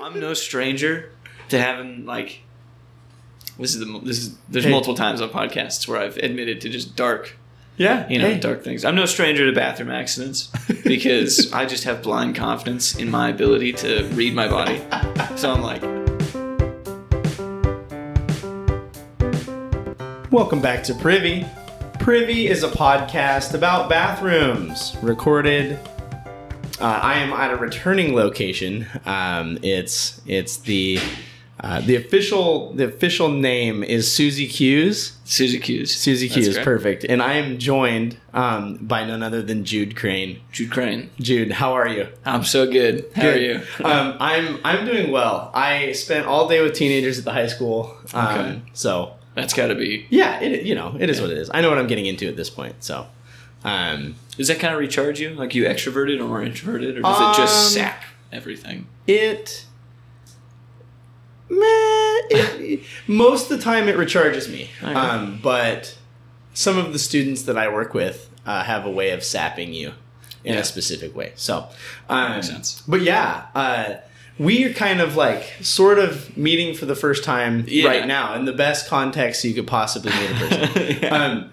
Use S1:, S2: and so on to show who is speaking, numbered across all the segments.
S1: I'm no stranger to having like this is the mo- this is there's multiple times on podcasts where I've admitted to just dark
S2: Yeah,
S1: you know
S2: hey.
S1: dark things. I'm no stranger to bathroom accidents because I just have blind confidence in my ability to read my body. So I'm like,
S2: Welcome back to Privy. Privy is a podcast about bathrooms recorded. Uh, I am at a returning location. Um, it's it's the uh, the official the official name is Susie Q's.
S1: Susie Q's.
S2: Susie Q
S1: That's
S2: is
S1: correct.
S2: perfect, and I am joined um, by none other than Jude Crane.
S1: Jude Crane.
S2: Jude, how are you?
S1: I'm so good. How are you?
S2: um, I'm I'm doing well. I spent all day with teenagers at the high school. Um,
S1: Okay.
S2: So
S1: That's got to be.
S2: yeah, it you know it is what it is. I know what I'm getting into at this point. So, um,
S1: Does that kind of recharge you? Like you extroverted or more introverted, or does it
S2: Um,
S1: just sap everything?
S2: it, meh, it most of the time it recharges me.
S1: Alright.
S2: Um, but some of the students that I work with uh, have a way of sapping you in
S1: Yeah.
S2: a specific way. So, um,
S1: Makes sense.
S2: But yeah. Uh, we are kind of like sort of meeting for the first time
S1: Yeah.
S2: right now in the best context you could possibly meet a person.
S1: Yeah.
S2: um,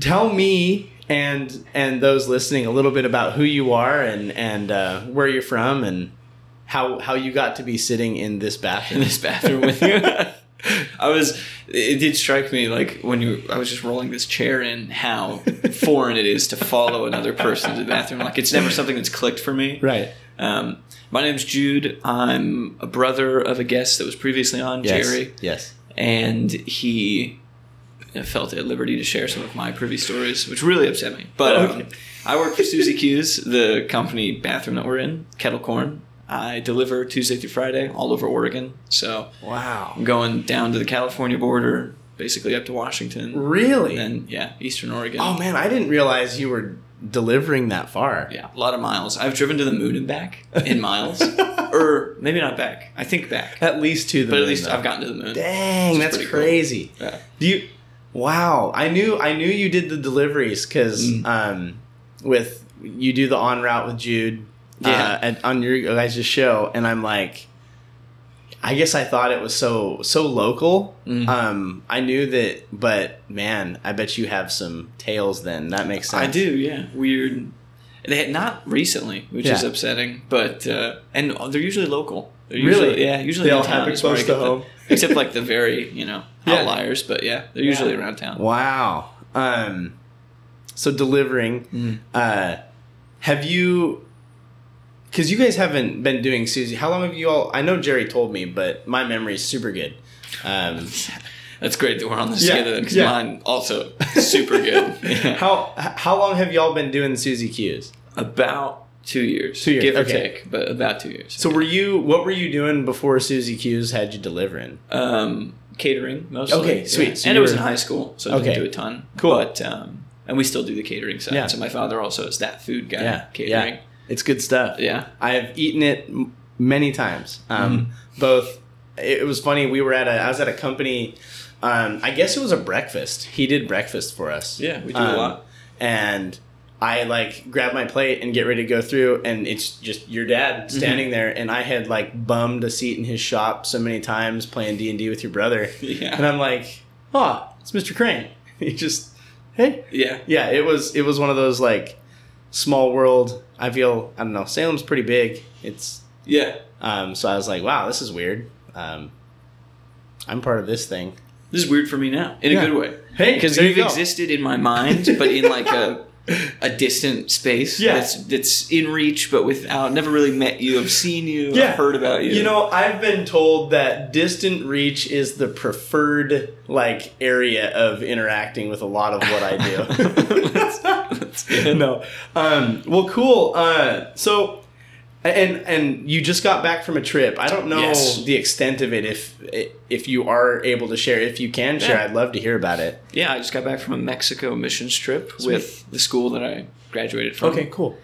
S2: tell me and and those listening a little bit about who you are and and uh, where you're from and how how you got to be sitting in this
S1: in
S2: bathroom.
S1: this bathroom with you. I was. It did strike me like when you. I was just rolling this chair in. How foreign it is to follow another person to the bathroom. Like it's never something that's clicked for me.
S2: right.
S1: Um, my name's Jude. I'm a brother of a guest that was previously on
S2: Yes.
S1: Jerry,
S2: Yes.
S1: and he felt at liberty to share some of my privy stories, which really upset me. But um,
S2: Okay.
S1: I work for Susie Q's, the company bathroom that we're in, Kettle Corn. I deliver Tuesday through Friday all over Oregon. So
S2: Wow.
S1: I'm going down to the California border, basically up to Washington,
S2: Really?
S1: and then yeah, Eastern Oregon.
S2: oh man, I didn't realize you were delivering that far.
S1: yeah, a lot of miles. I've driven to the moon and back in miles, or maybe not back. I think back,
S2: At least to the.
S1: but at
S2: moon,
S1: least
S2: though.
S1: I've gotten to the moon.
S2: Dang,
S1: It's
S2: that's
S1: pretty cool.
S2: crazy.
S1: Yeah.
S2: Do you? Wow, I knew I knew you did the deliveries because
S1: Mm.
S2: um, with you do the on route with Jude,
S1: Yeah.
S2: uh, and on your guys' show, and I'm like, I guess I thought it was so so local.
S1: Mm.
S2: Um, I knew that, but man, I bet you have some tails. Then that makes sense.
S1: I do. Yeah, weird. They had not recently, which is
S2: Yeah.
S1: upsetting. But uh, and they're usually local. They're
S2: Really?
S1: usually- yeah. Usually
S2: They
S1: in
S2: all happen
S1: town is where I
S2: close
S1: get
S2: to
S1: the-
S2: home.
S1: except like the very you know
S2: Yeah.
S1: outliers. But yeah, they're usually around town.
S2: Wow. Um, so delivering. Uh, have you? Because you guys haven't been doing Susie. How long have you all? I know Jerry told me, but my memory is super good. Um,
S1: That's great that we're on this
S2: Yeah,
S1: together because
S2: yeah.
S1: mine also super good. Yeah.
S2: how h- how long have y'all been doing Susie Q's?
S1: About two years,
S2: Two years,
S1: give
S2: okay.
S1: or take, but about two years.
S2: So were you? What were you doing before Susie Q's had you delivering?
S1: um, catering mostly.
S2: Okay, sweet.
S1: Yeah.
S2: So
S1: and
S2: you
S1: it was
S2: were-
S1: in high school, so I
S2: Okay.
S1: didn't do a ton. Cool. But um, and we still do the catering side.
S2: Yeah.
S1: So my father also is that food guy.
S2: Yeah,
S1: catering.
S2: yeah. It's good stuff.
S1: Yeah.
S2: I've eaten it m- many times. Um,
S1: Mm-hmm.
S2: Both. It was funny. We were at a. I was at a company. Um, I guess it was a breakfast. He did breakfast for us.
S1: Yeah, we do
S2: Um,
S1: a lot.
S2: And I like grab my plate and get ready to go through, and it's just your
S1: Mm-hmm.
S2: dad standing there. And I had like bummed a seat in his shop so many times playing D and D with your brother.
S1: Yeah.
S2: And I'm like, oh, it's Mr. Crane. He just, hey,
S1: Yeah.
S2: yeah it was it was one of those like small world i feel i don't know salem's pretty big it's
S1: Yeah.
S2: um so i was like wow this is weird um i'm part of this thing
S1: This is weird for me now in
S2: Yeah.
S1: a good way.
S2: Hey,
S1: because
S2: there
S1: you've
S2: you go.
S1: existed in my mind, but in like a a distant space.
S2: Yeah.
S1: That's that's in reach, but without. Never really met you. I've seen you.
S2: Yeah.
S1: I've heard about you.
S2: you know i've been told that distant reach is the preferred like area of interacting with a lot of what i do
S1: That's good.
S2: no um well cool uh so and and you just got back from a trip i don't know
S1: Yes.
S2: the extent of it if if you are able to share if you can share
S1: Yeah.
S2: i'd love to hear about it
S1: Yeah, I just got back from a Mexico missions trip with the school that I graduated from.
S2: cool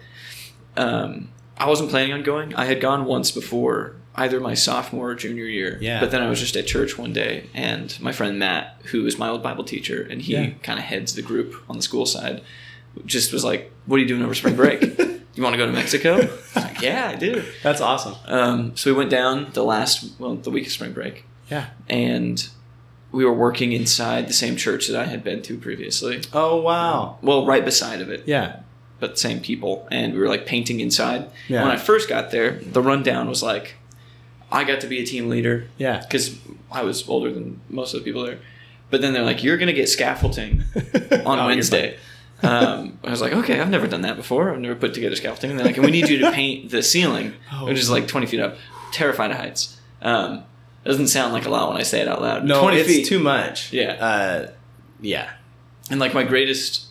S1: Um, I wasn't planning on going. I had gone once before, either my sophomore or junior year.
S2: Yeah.
S1: But then I was just at church one day, and my friend Matt, who is my old Bible teacher, and he
S2: Yeah.
S1: kind of heads the group on the school side, just was like, "What are you doing over spring break?" you want to go to Mexico? I was like, yeah, I do.
S2: That's awesome.
S1: Um, so we went down the last, well, the week of spring break,
S2: Yeah.
S1: and we were working inside the same church that I had been to previously.
S2: Oh wow.
S1: Well, right beside of it,
S2: Yeah.
S1: but same people. And we were like painting inside.
S2: Yeah.
S1: When I first got there, the rundown was like, I got to be a team leader
S2: Yeah.
S1: because I was older than most of the people there. But then they're like, you're going to get scaffolding on
S2: Oh, you're fine.
S1: Wednesday. um, I was like, okay, I've never done that before. I've never put together scaffolding. And they're like, and we need you to paint the ceiling,
S2: Oh.
S1: which is like 20 feet up. Terrified of heights. Um, doesn't sound like a lot when I say it out loud.
S2: No,
S1: 20
S2: it's
S1: feet.
S2: too much.
S1: Yeah.
S2: Uh, yeah.
S1: and like my greatest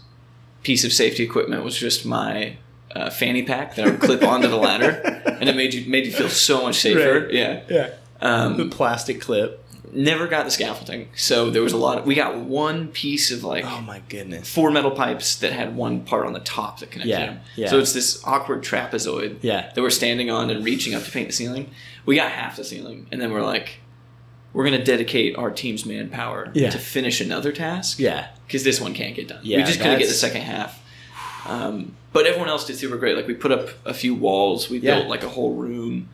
S1: piece of safety equipment was just my uh, fanny pack that I would clip onto the ladder, and it made you made you feel so much safer.
S2: Right.
S1: Yeah.
S2: Yeah. The
S1: Um,
S2: plastic clip.
S1: never got the scaffolding, so there was a lot. Of, we got one piece of like
S2: Oh my goodness.
S1: four metal pipes that had one part on the top that connected
S2: Yeah,
S1: them.
S2: yeah.
S1: So it's this awkward trapezoid
S2: Yeah.
S1: that we're standing on and reaching up to paint the ceiling. We got half the ceiling, and then we're like, we're gonna dedicate our team's manpower
S2: Yeah.
S1: to finish another task
S2: Yeah.
S1: because this one can't get done.
S2: Yeah,
S1: we just couldn't get the
S2: that's-
S1: second half. Um, but everyone else did super great. Like we put up a few walls. We
S2: Yeah.
S1: built like a whole room,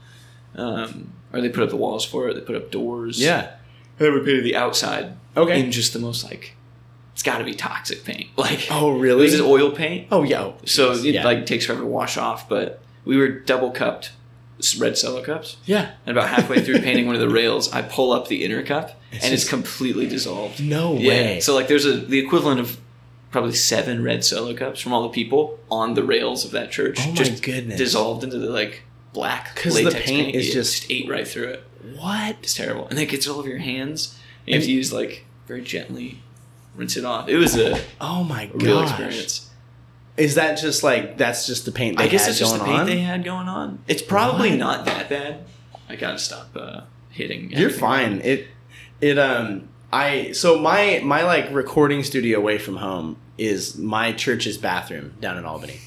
S1: um, or they put up the walls for it. They put up doors.
S2: Yeah.
S1: they would painted the outside.
S2: Okay.
S1: in just the most like it's got to be toxic paint. Like
S2: Oh
S1: it
S2: really?
S1: was just oil paint,
S2: oh yeah. Oh,
S1: so
S2: geez.
S1: it
S2: yeah.
S1: like takes forever to wash off. But we were double cupped s- red cello cups.
S2: yeah.
S1: And about halfway through painting one of the rails, I pull up the inner cup,
S2: It's
S1: and it's
S2: just-
S1: completely dissolved.
S2: No
S1: Yeah.
S2: way.
S1: So like there's a the equivalent of probably seven red solo cups from all the people on the rails of that church.
S2: Oh my
S1: just
S2: goodness.
S1: Dissolved into the like black
S2: 'Cause
S1: because
S2: the paint is just-
S1: ate right through it.
S2: what?
S1: It's terrible. And it gets all over your hands. And you have to use like very gently rinse it off. It was a
S2: Oh my gosh.
S1: real experience.
S2: Is that just like that's just the paint they
S1: I guess
S2: had
S1: it's just the
S2: going
S1: paint
S2: on?
S1: they had going on. It's probably
S2: What?
S1: not that bad. I gotta stop uh, hitting.
S2: You're
S1: everything.
S2: fine. It it um I so my my like recording studio away from home is my church's bathroom down in Albany.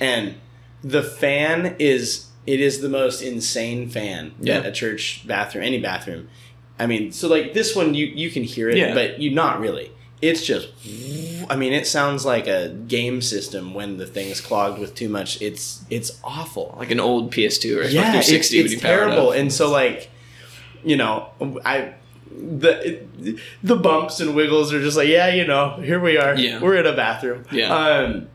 S2: And the fan is it is the most insane fan
S1: Yeah.
S2: that a church bathroom any bathroom. I mean, so like this one you you can hear it,
S1: Yeah.
S2: but you not really. It's just I mean, it sounds like a game system when the thing's clogged with too much. It's it's awful
S1: Like an old PS2 or Xbox
S2: yeah, it's,
S1: 360
S2: it's
S1: when you power it
S2: terrible.
S1: up.
S2: And so like, you know, I the it, the bumps and wiggles are just like, yeah, you know, here we are.
S1: Yeah.
S2: We're in a bathroom.
S1: Yeah.
S2: Um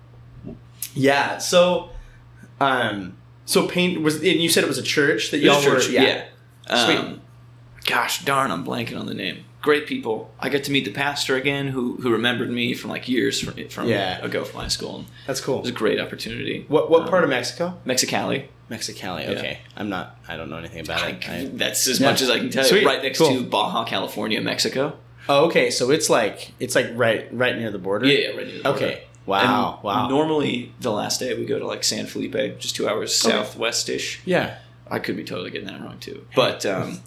S2: yeah, so um so paint was and you said it was a church that
S1: It
S2: y'all
S1: was church,
S2: were
S1: yeah.
S2: Sweet.
S1: Um, gosh darn, I'm blanking on the name. Great people. I got to meet the pastor again, who who remembered me from like years from, from
S2: Yeah.
S1: ago from high school. And it
S2: That's cool.
S1: was a great opportunity.
S2: What what
S1: Um,
S2: part of Mexico?
S1: Mexicali?
S2: Mexicali.
S1: okay.
S2: I'm not I don't know anything about
S1: I, that's as
S2: Yeah.
S1: much as I can tell
S2: Sweet.
S1: you. Right next
S2: Cool.
S1: to Baja California, Mexico.
S2: oh, okay. So it's like it's like right right near the border.
S1: Yeah, yeah right near the border.
S2: Okay. Wow.
S1: And
S2: wow.
S1: Normally, the last day we go to like San Felipe, just two hours
S2: Okay.
S1: southwestish.
S2: yeah.
S1: I could be totally getting that wrong too. But um,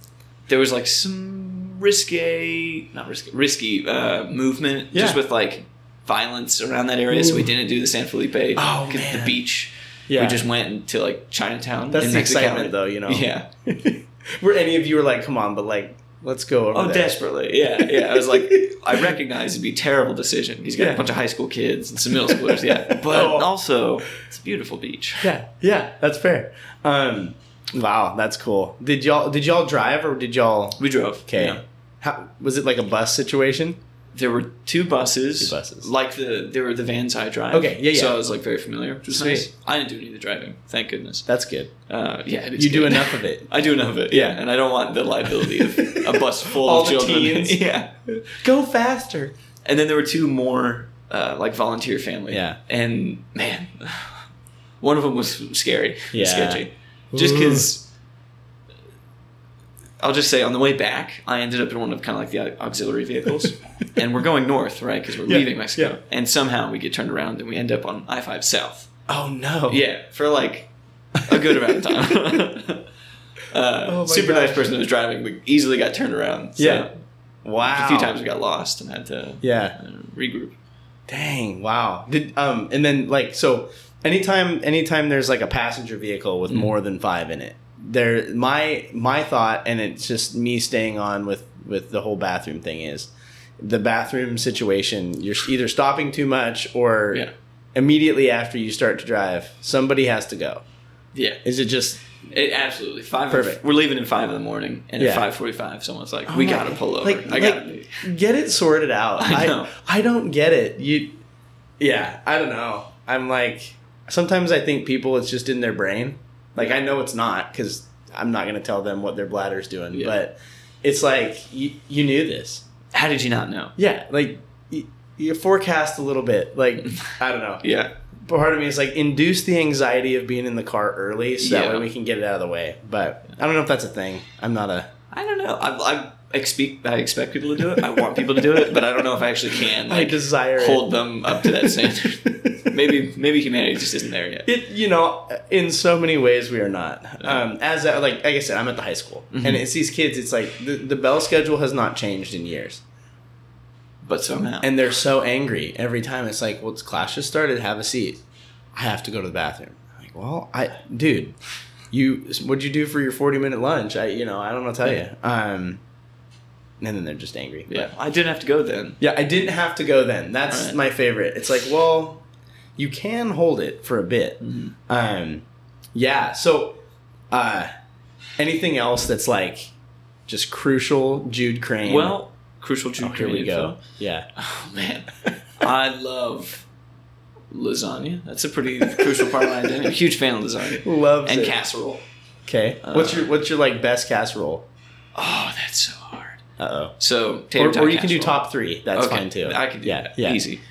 S1: there was like some risque, not risky, risky uh, movement just
S2: Yeah.
S1: with like violence around that area. So we didn't do the San Felipe,
S2: Oh,
S1: get the
S2: man.
S1: beach.
S2: Yeah.
S1: We just went to like Chinatown.
S2: That's
S1: in
S2: the
S1: Mexicali.
S2: excitement, though, you know.
S1: Yeah.
S2: Were any of you were like, come on, but like, let's go over
S1: Oh,
S2: there.
S1: desperately. Yeah. Yeah. I was like, I recognize it'd be a terrible decision. He's got
S2: Yeah.
S1: a bunch of high school kids and some middle schoolers. Yeah. But
S2: Oh.
S1: also, it's a beautiful beach.
S2: Yeah, yeah, that's fair. Um, wow, that's cool. Did y'all did y'all drive or did y'all?
S1: We drove.
S2: Okay,
S1: Yeah.
S2: How, was it like a bus situation?
S1: There were two buses.
S2: Two buses.
S1: Like the there were the vans I drive.
S2: Okay, yeah, yeah.
S1: So I was like very familiar, which was
S2: Sweet.
S1: nice. I didn't do any of the driving, thank goodness.
S2: That's good.
S1: Uh, yeah, it is
S2: You do
S1: good.
S2: enough of it.
S1: I do enough of it. Yeah, and I don't want the liability of a bus full
S2: All
S1: of
S2: the
S1: children.
S2: teens.
S1: yeah.
S2: Go faster.
S1: And then there were two more uh, like volunteer family.
S2: Yeah.
S1: And man, one of them was scary.
S2: Yeah.
S1: Sketchy. Just because. I'll just say on the way back, I ended up in one of kind of like the auxiliary vehicles, and we're going north, right? Because we're
S2: Yeah,
S1: leaving Mexico,
S2: yeah.
S1: and somehow we get turned around and we end up on I five south.
S2: Oh no.
S1: Yeah, for like a good amount of time. uh,
S2: Oh my
S1: super
S2: gosh.
S1: nice person that was driving, but easily got turned around. So
S2: Yeah. Wow.
S1: a few times we got lost and had to
S2: Yeah.
S1: uh, regroup.
S2: Dang. Wow. Did um and then like so anytime anytime there's like a passenger vehicle with more than five in it, there my my thought and it's just me staying on with with the whole bathroom thing is the bathroom situation. You're either stopping too much or
S1: Yeah.
S2: immediately after you start to drive, somebody has to go.
S1: Yeah.
S2: Is it just
S1: It, absolutely. Five.
S2: Perfect.
S1: We're leaving at five in the morning, and
S2: Yeah.
S1: at five forty-five, someone's like, "We
S2: Oh my-
S1: gotta pull over."
S2: Like,
S1: I
S2: like,
S1: gotta. do-
S2: get it sorted out.
S1: I
S2: I,
S1: know.
S2: I don't get it. You, yeah, I don't know. I'm like, sometimes I think people it's just in their brain. Like I know it's not because I'm not gonna tell them what their bladder's doing,
S1: Yeah.
S2: but it's like you, you knew this.
S1: How did you not know?
S2: Yeah, like you, you forecast a little bit. Like I don't know.
S1: Yeah.
S2: Part of me is like induce the anxiety of being in the car early, so that
S1: Yeah.
S2: way we can get it out of the way. But I don't know if that's a thing. I'm not a.
S1: I don't know. I, I expect I expect people to do it. I want people to do it, but I don't know if I actually can
S2: I
S1: like
S2: desire it.
S1: hold them up to that standard. maybe maybe humanity just isn't there yet.
S2: it you know in so many ways we are not um as I, like like i said i'm at the high school
S1: Mm-hmm.
S2: and it's these kids it's like the, the bell schedule has not changed in years
S1: But somehow,
S2: and they're so angry every time it's like well it's class just started have a seat i have to go to the bathroom I'm like well i dude you what'd you do for your 40 minute lunch i you know i don't know tell you um and then they're just angry But-
S1: yeah, I didn't have to go then.
S2: yeah, I didn't have to go then. That's
S1: Alright.
S2: my favorite. It's like, well, you can hold it for a bit.
S1: Mm-hmm.
S2: Um, yeah. So, uh, anything else that's like just crucial, Jude Crane.
S1: Well, crucial
S2: Oh,
S1: Jude
S2: here we
S1: Crane
S2: go.
S1: film.
S2: Yeah.
S1: Oh man, I love lasagna. That's a pretty crucial part of my identity. Huge fan of lasagna
S2: Loves
S1: and Uh,
S2: it.
S1: casserole.
S2: okay. what's your what's your like best casserole?
S1: Oh, that's so hard.
S2: Uh oh.
S1: So tater
S2: Or,
S1: tot
S2: or you can do
S1: casserole.
S2: top three. That's
S1: Okay,
S2: fine too.
S1: I can do
S2: yeah.
S1: that.
S2: Yeah.
S1: Easy.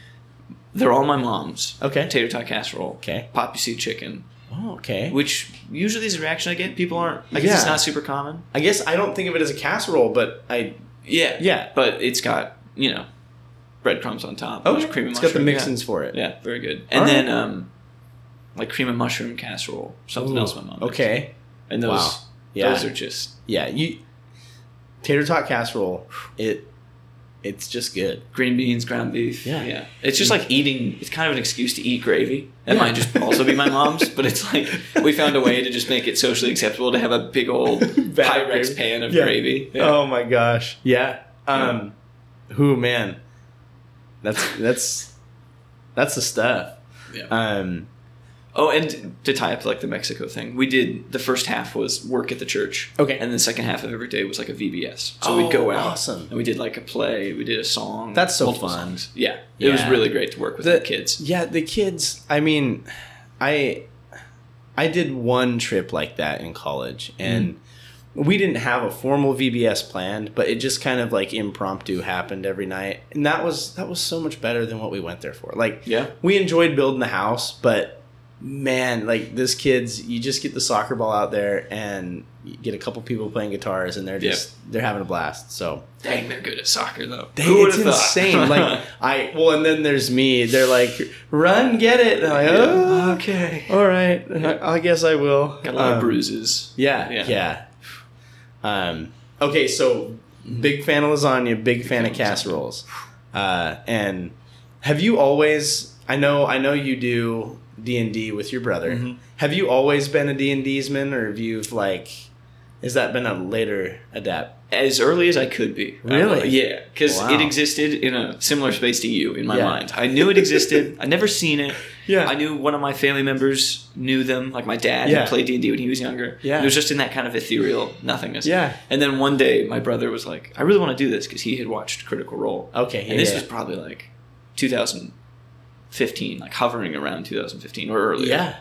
S1: They're all my mom's.
S2: Okay.
S1: Tater tot casserole.
S2: Okay.
S1: Poppy seed chicken.
S2: Oh, okay.
S1: Which usually is a reaction I get. People aren't. I guess it's
S2: Yeah.
S1: not super common.
S2: I guess I don't think of it as a casserole, but I
S1: Yeah.
S2: Yeah.
S1: But it's got you know breadcrumbs on top.
S2: oh,
S1: mush- cream and
S2: it's got the
S1: mushroom,
S2: mixins for it.
S1: Yeah. yeah, very good. And
S2: All
S1: then um, like cream and mushroom casserole. Something
S2: Ooh,
S1: else my mom. makes.
S2: Okay.
S1: And those
S2: Wow. Yeah.
S1: those are just
S2: Yeah, you tater tot casserole. It it's just good.
S1: green beans, ground beef.
S2: Yeah.
S1: Yeah. It's just like eating, it's kind of an excuse to eat gravy. That
S2: Yeah.
S1: might just also be my mom's, but it's like we found a way to just make it socially acceptable to have a big old Pyrex
S2: Bad gravy.
S1: pan of
S2: Yeah.
S1: gravy. Yeah.
S2: Oh my gosh. Yeah. Um who man. That's that's that's the stuff.
S1: Yeah.
S2: Um
S1: Oh, and to tie up like the Mexico thing, we did the first half was work at the church.
S2: Okay.
S1: And the second half of every day was like a VBS. So we'd go
S2: Oh,
S1: out.
S2: awesome.
S1: And we did like a play, we did a song.
S2: That's so
S1: multiple
S2: fun.
S1: songs. Yeah. It was
S2: Yeah.
S1: really great to work with the, kids.
S2: Yeah, the kids. I mean, I I did one trip like that in college and we didn't have a formal VBS planned, but it just kind of like impromptu happened every night. And that was that was so much better than what we went there for. Like
S1: Yeah.
S2: we enjoyed building the house, but man, like this kids, you just get the soccer ball out there and you get a couple people playing guitars and they're
S1: Yep.
S2: just they're having a blast. So
S1: Dang, they're good at soccer though.
S2: Dang,
S1: Who
S2: it's
S1: would've thought?
S2: insane. like I well, and then there's me. They're like, run, get it. And I'm like, oh,
S1: okay.
S2: all right. I I guess I will.
S1: Got a lot
S2: Um,
S1: of bruises.
S2: Yeah, yeah.
S1: Yeah.
S2: Um, okay, so big fan of lasagna, big, fan,
S1: fan
S2: of
S1: of
S2: casseroles. Uh, and have you always? I know, I know you do D and D with your brother.
S1: Mhm.
S2: Have you always been a D and D's man, or have you like? Has that been a later adapt?
S1: As early as I could be.
S2: Really?
S1: Uh, yeah, because
S2: Wow.
S1: it existed in a similar space to you in my
S2: Yeah.
S1: mind. I knew it existed. I'd never seen it.
S2: Yeah.
S1: I knew one of my family members knew them, like my dad
S2: Yeah.
S1: who played D and D when he was younger.
S2: Yeah.
S1: it was just in that kind of ethereal nothingness.
S2: Yeah.
S1: and then one day my brother was like, "I really want to do this" because he had watched Critical Role.
S2: Okay, yeah,
S1: and this
S2: yeah.
S1: was probably like 2015, like hovering around 2015 or earlier.
S2: Yeah,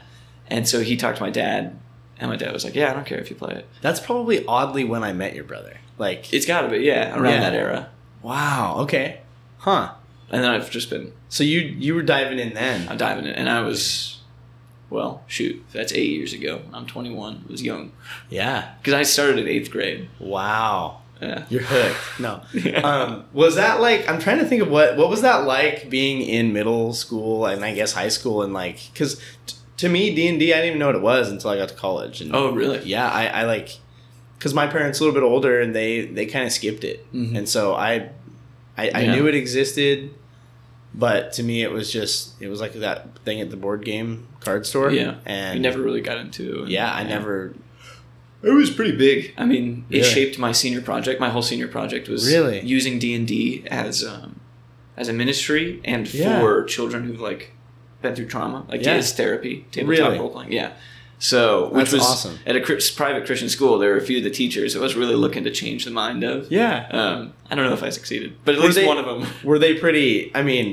S1: and so he talked to my dad, and my dad was like, "Yeah, I don't care if you play it.
S2: that's probably oddly when I met your brother. Like,
S1: It's got to be yeah, around
S2: Yeah.
S1: that era."
S2: wow, okay, huh?
S1: And then I've just been
S2: So you you were diving in then?
S1: I'm diving in, and I was, well, shoot, that's eight years ago. I'm 21. I was young
S2: Yeah.
S1: because I started in eighth grade.
S2: Wow.
S1: Yeah.
S2: You're hooked. No.
S1: Yeah.
S2: Um, was that like? I'm trying to think of what what was that like being in middle school and I guess high school and like because t- to me D and D I didn't even know what it was until I got to college and
S1: Oh, really?
S2: yeah I, I like because my parents a little bit older and they they kind of skipped it
S1: Mhm.
S2: and so I I, I
S1: Yeah.
S2: knew it existed but to me it was just it was like that thing at the board game card store
S1: Yeah.
S2: and
S1: I never really got into. and-
S2: yeah I never
S1: It was pretty big. I mean, it
S2: Really?
S1: shaped my senior project. My whole senior project was
S2: Really?
S1: using D and D as um, as a ministry and
S2: Yeah.
S1: for children who like been through trauma. Like
S2: Yeah.
S1: it is therapy, tabletop
S2: Really?
S1: role playing. Yeah. So which
S2: That's
S1: was
S2: awesome.
S1: at a Chris- private Christian school. There were a few of the teachers I was really looking to change the mind of.
S2: Yeah.
S1: Um, I don't know if I succeeded, but at
S2: Were
S1: least
S2: they-
S1: one of them.
S2: Were they pretty? I mean,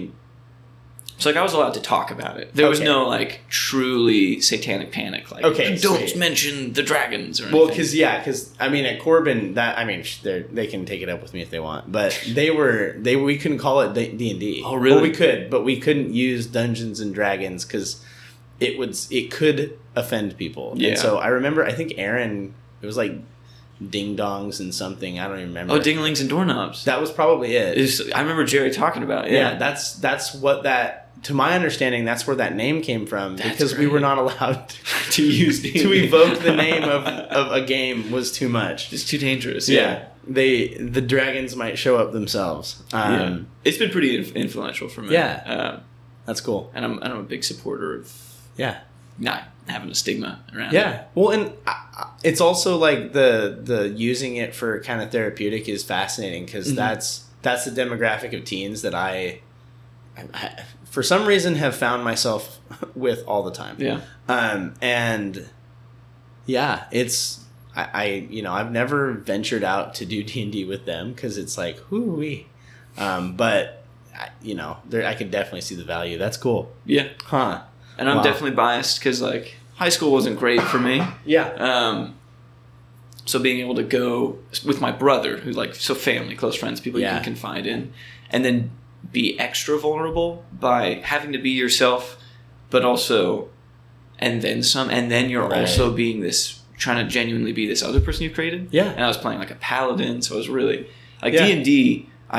S1: So like I was allowed to talk about it. There was
S2: Okay.
S1: no like truly satanic panic. Like
S2: Okay,
S1: don't
S2: sweet.
S1: mention the dragons or anything.
S2: well, because yeah, because I mean at Corbin, that I mean they they can take it up with me if they want, but they were they we couldn't call it D and D.
S1: Oh, really?
S2: Well, we could, but we couldn't use Dungeons and Dragons because it would it could offend people.
S1: Yeah.
S2: And so I remember I think Aaron it was like ding dongs and something I don't even remember.
S1: oh dinglings and doorknobs.
S2: that was probably it.
S1: Is I remember Jerry talking about it.
S2: yeah.
S1: Yeah.
S2: that's that's what that to my understanding that's where that name came from
S1: That's
S2: because we were
S1: great.
S2: not allowed to,
S1: to use
S2: to evoke the name of, of a game was too much
S1: it's too dangerous.
S2: they the dragons might show up themselves um,
S1: Yeah. it's been pretty inf- influential for me.
S2: Yeah.
S1: Um,
S2: that's cool
S1: and I'm and I'm a big supporter of
S2: yeah
S1: not having a stigma around. it.
S2: yeah well and I, I- it's also like the the using it for kind of therapeutic is fascinating because
S1: Mhm.
S2: that's that's the demographic of teens that I, I, I for some reason have found myself with all the time
S1: Yeah.
S2: um, and yeah it's I, I you know i've never ventured out to do d&d with them because it's like whoo wee um, but I, you know there, i could definitely see the value that's cool
S1: Yeah.
S2: huh
S1: And I'm
S2: Wow.
S1: definitely biased because like high school wasn't great for me.
S2: yeah
S1: Um, so being able to go with my brother, who like so family, close friends, people you
S2: Yeah.
S1: can confide in, and then be extra vulnerable by having to be yourself, but also, and then some, and then you're
S2: Right.
S1: also being this trying to genuinely be this other person you've created.
S2: Yeah.
S1: and I was playing like a paladin, so I was really like
S2: Yeah.
S1: D and D.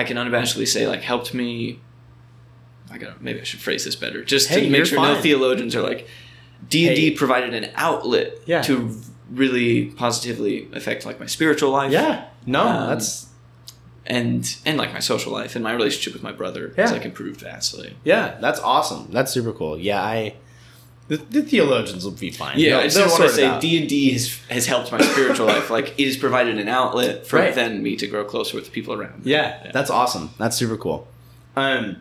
S1: I can unabashedly say like helped me. I gotta maybe I should phrase this better, just
S2: Hey,
S1: to
S2: you're
S1: make sure no
S2: fine.
S1: theologians are like D and
S2: Hey.
S1: D provided an outlet
S2: Yeah.
S1: to really positively affect like my spiritual life
S2: yeah no
S1: Um,
S2: that's
S1: and and like my social life and my relationship with my brother
S2: Yeah.
S1: has like improved vastly
S2: yeah that's awesome that's super cool yeah i the, the theologians will be fine
S1: yeah
S2: They'll-
S1: i just
S2: they'll
S1: want to
S2: sort it
S1: say
S2: out.
S1: d&d has, has helped my spiritual life like it has provided an outlet for
S2: Right.
S1: then me to grow closer with the people around me.
S2: Yeah, that's awesome. That's super cool. Um,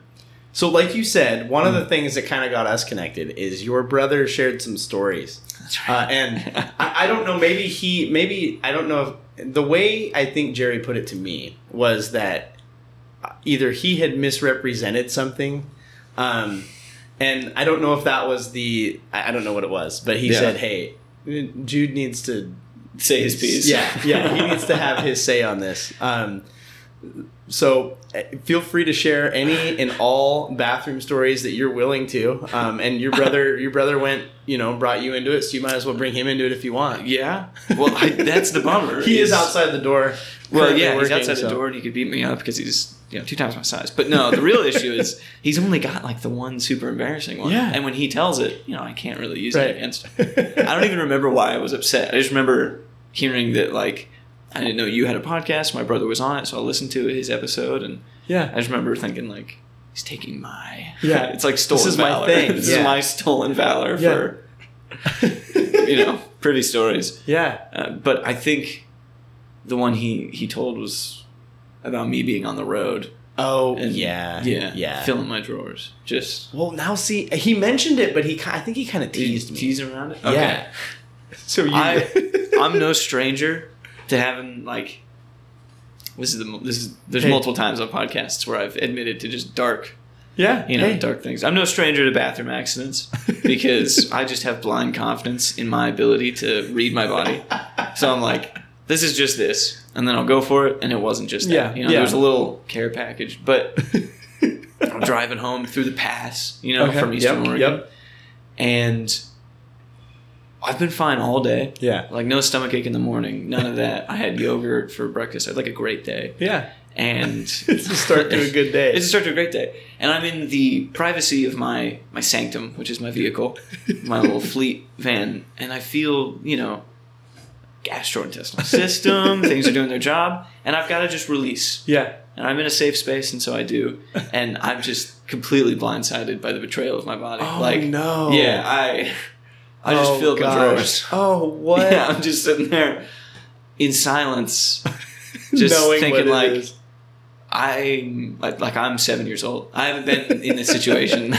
S2: so like you said, one
S1: Hmm.
S2: of the things that kind of got us connected is your brother shared some stories,
S1: that's
S2: uh,
S1: right
S2: and I, I don't know. Maybe he, maybe I don't know. if The way I think Jerry put it to me was that either he had misrepresented something, um, and I don't know if that was the I, I don't know what it was, but he
S1: Yeah.
S2: said, "Hey, Jude needs to
S1: say his piece
S2: uh, yeah, yeah, he needs to have his say on this. Um, so uh, feel free to share any and all bathroom stories that you're willing to. Um, and your brother, your brother went, you know, brought you into it, so you might as well bring him into it if you want.
S1: yeah well I, that's the bummer
S2: He is
S1: outside.
S2: outside the door.
S1: Well,
S2: currently
S1: yeah, he's
S2: working,
S1: outside
S2: so-
S1: the door and he could beat me up because he's you know two times my size. But no, the real issue is he's only got like the one super embarrassing one.
S2: Yeah.
S1: And when he tells it, you know, I can't really use
S2: Right.
S1: it against him. I don't even remember why I was upset. I just remember hearing that like I didn't know you had a podcast. My brother was on it, so I listened to his episode, and I
S2: Yeah,
S1: just remember thinking like he's taking my
S2: Yeah.
S1: It's like stolen
S2: is my
S1: valor.
S2: thing,
S1: this
S2: yeah.
S1: is my stolen valor
S2: Yeah.
S1: for you know pretty stories.
S2: yeah,
S1: Uh, but I think the one he he told was about me being on the road.
S2: oh
S1: and-
S2: yeah,
S1: yeah,
S2: yeah.
S1: Filling my drawers, just
S2: well, now see, he mentioned it, but he, ki- I think he kind of teased me.
S1: teasing around it.
S2: Yeah. So you,
S1: I I'm no stranger to having like. This is the mo- this is there's
S2: Hey.
S1: multiple times on podcasts where I've admitted to just dark
S2: yeah,
S1: you know
S2: hey.
S1: dark things. I'm no stranger to bathroom accidents because I just have blind confidence in my ability to read my body. So I'm like, this is just this, and then I'll go for it, and it wasn't just that.
S2: Yeah,
S1: you know,
S2: yeah.
S1: there was a little care package, but I'm driving home through the pass, you know,
S2: Okay,
S1: from Eastern
S2: yep,
S1: Oregon,
S2: Yep.
S1: and I've been fine all day.
S2: Yeah.
S1: Like no stomach ache in the morning, none of that. I had yogurt for breakfast. I had like a great day,
S2: Yeah.
S1: and
S2: It's a start to a good day.
S1: it's a start to a great day. And I'm in the privacy of my my sanctum, which is my vehicle, my little fleet van, and I feel, you know, gastrointestinal system, things are doing their job, and I've got to just release.
S2: yeah.
S1: And I'm in a safe space, and so I do. And I'm just completely blindsided by the betrayal of my body.
S2: Oh,
S1: like
S2: no.
S1: Yeah, I I just feel my drawers.
S2: Oh what?
S1: Yeah, I'm just sitting there in silence, just thinking like I'm like, like I'm seven years old. I haven't been in this situation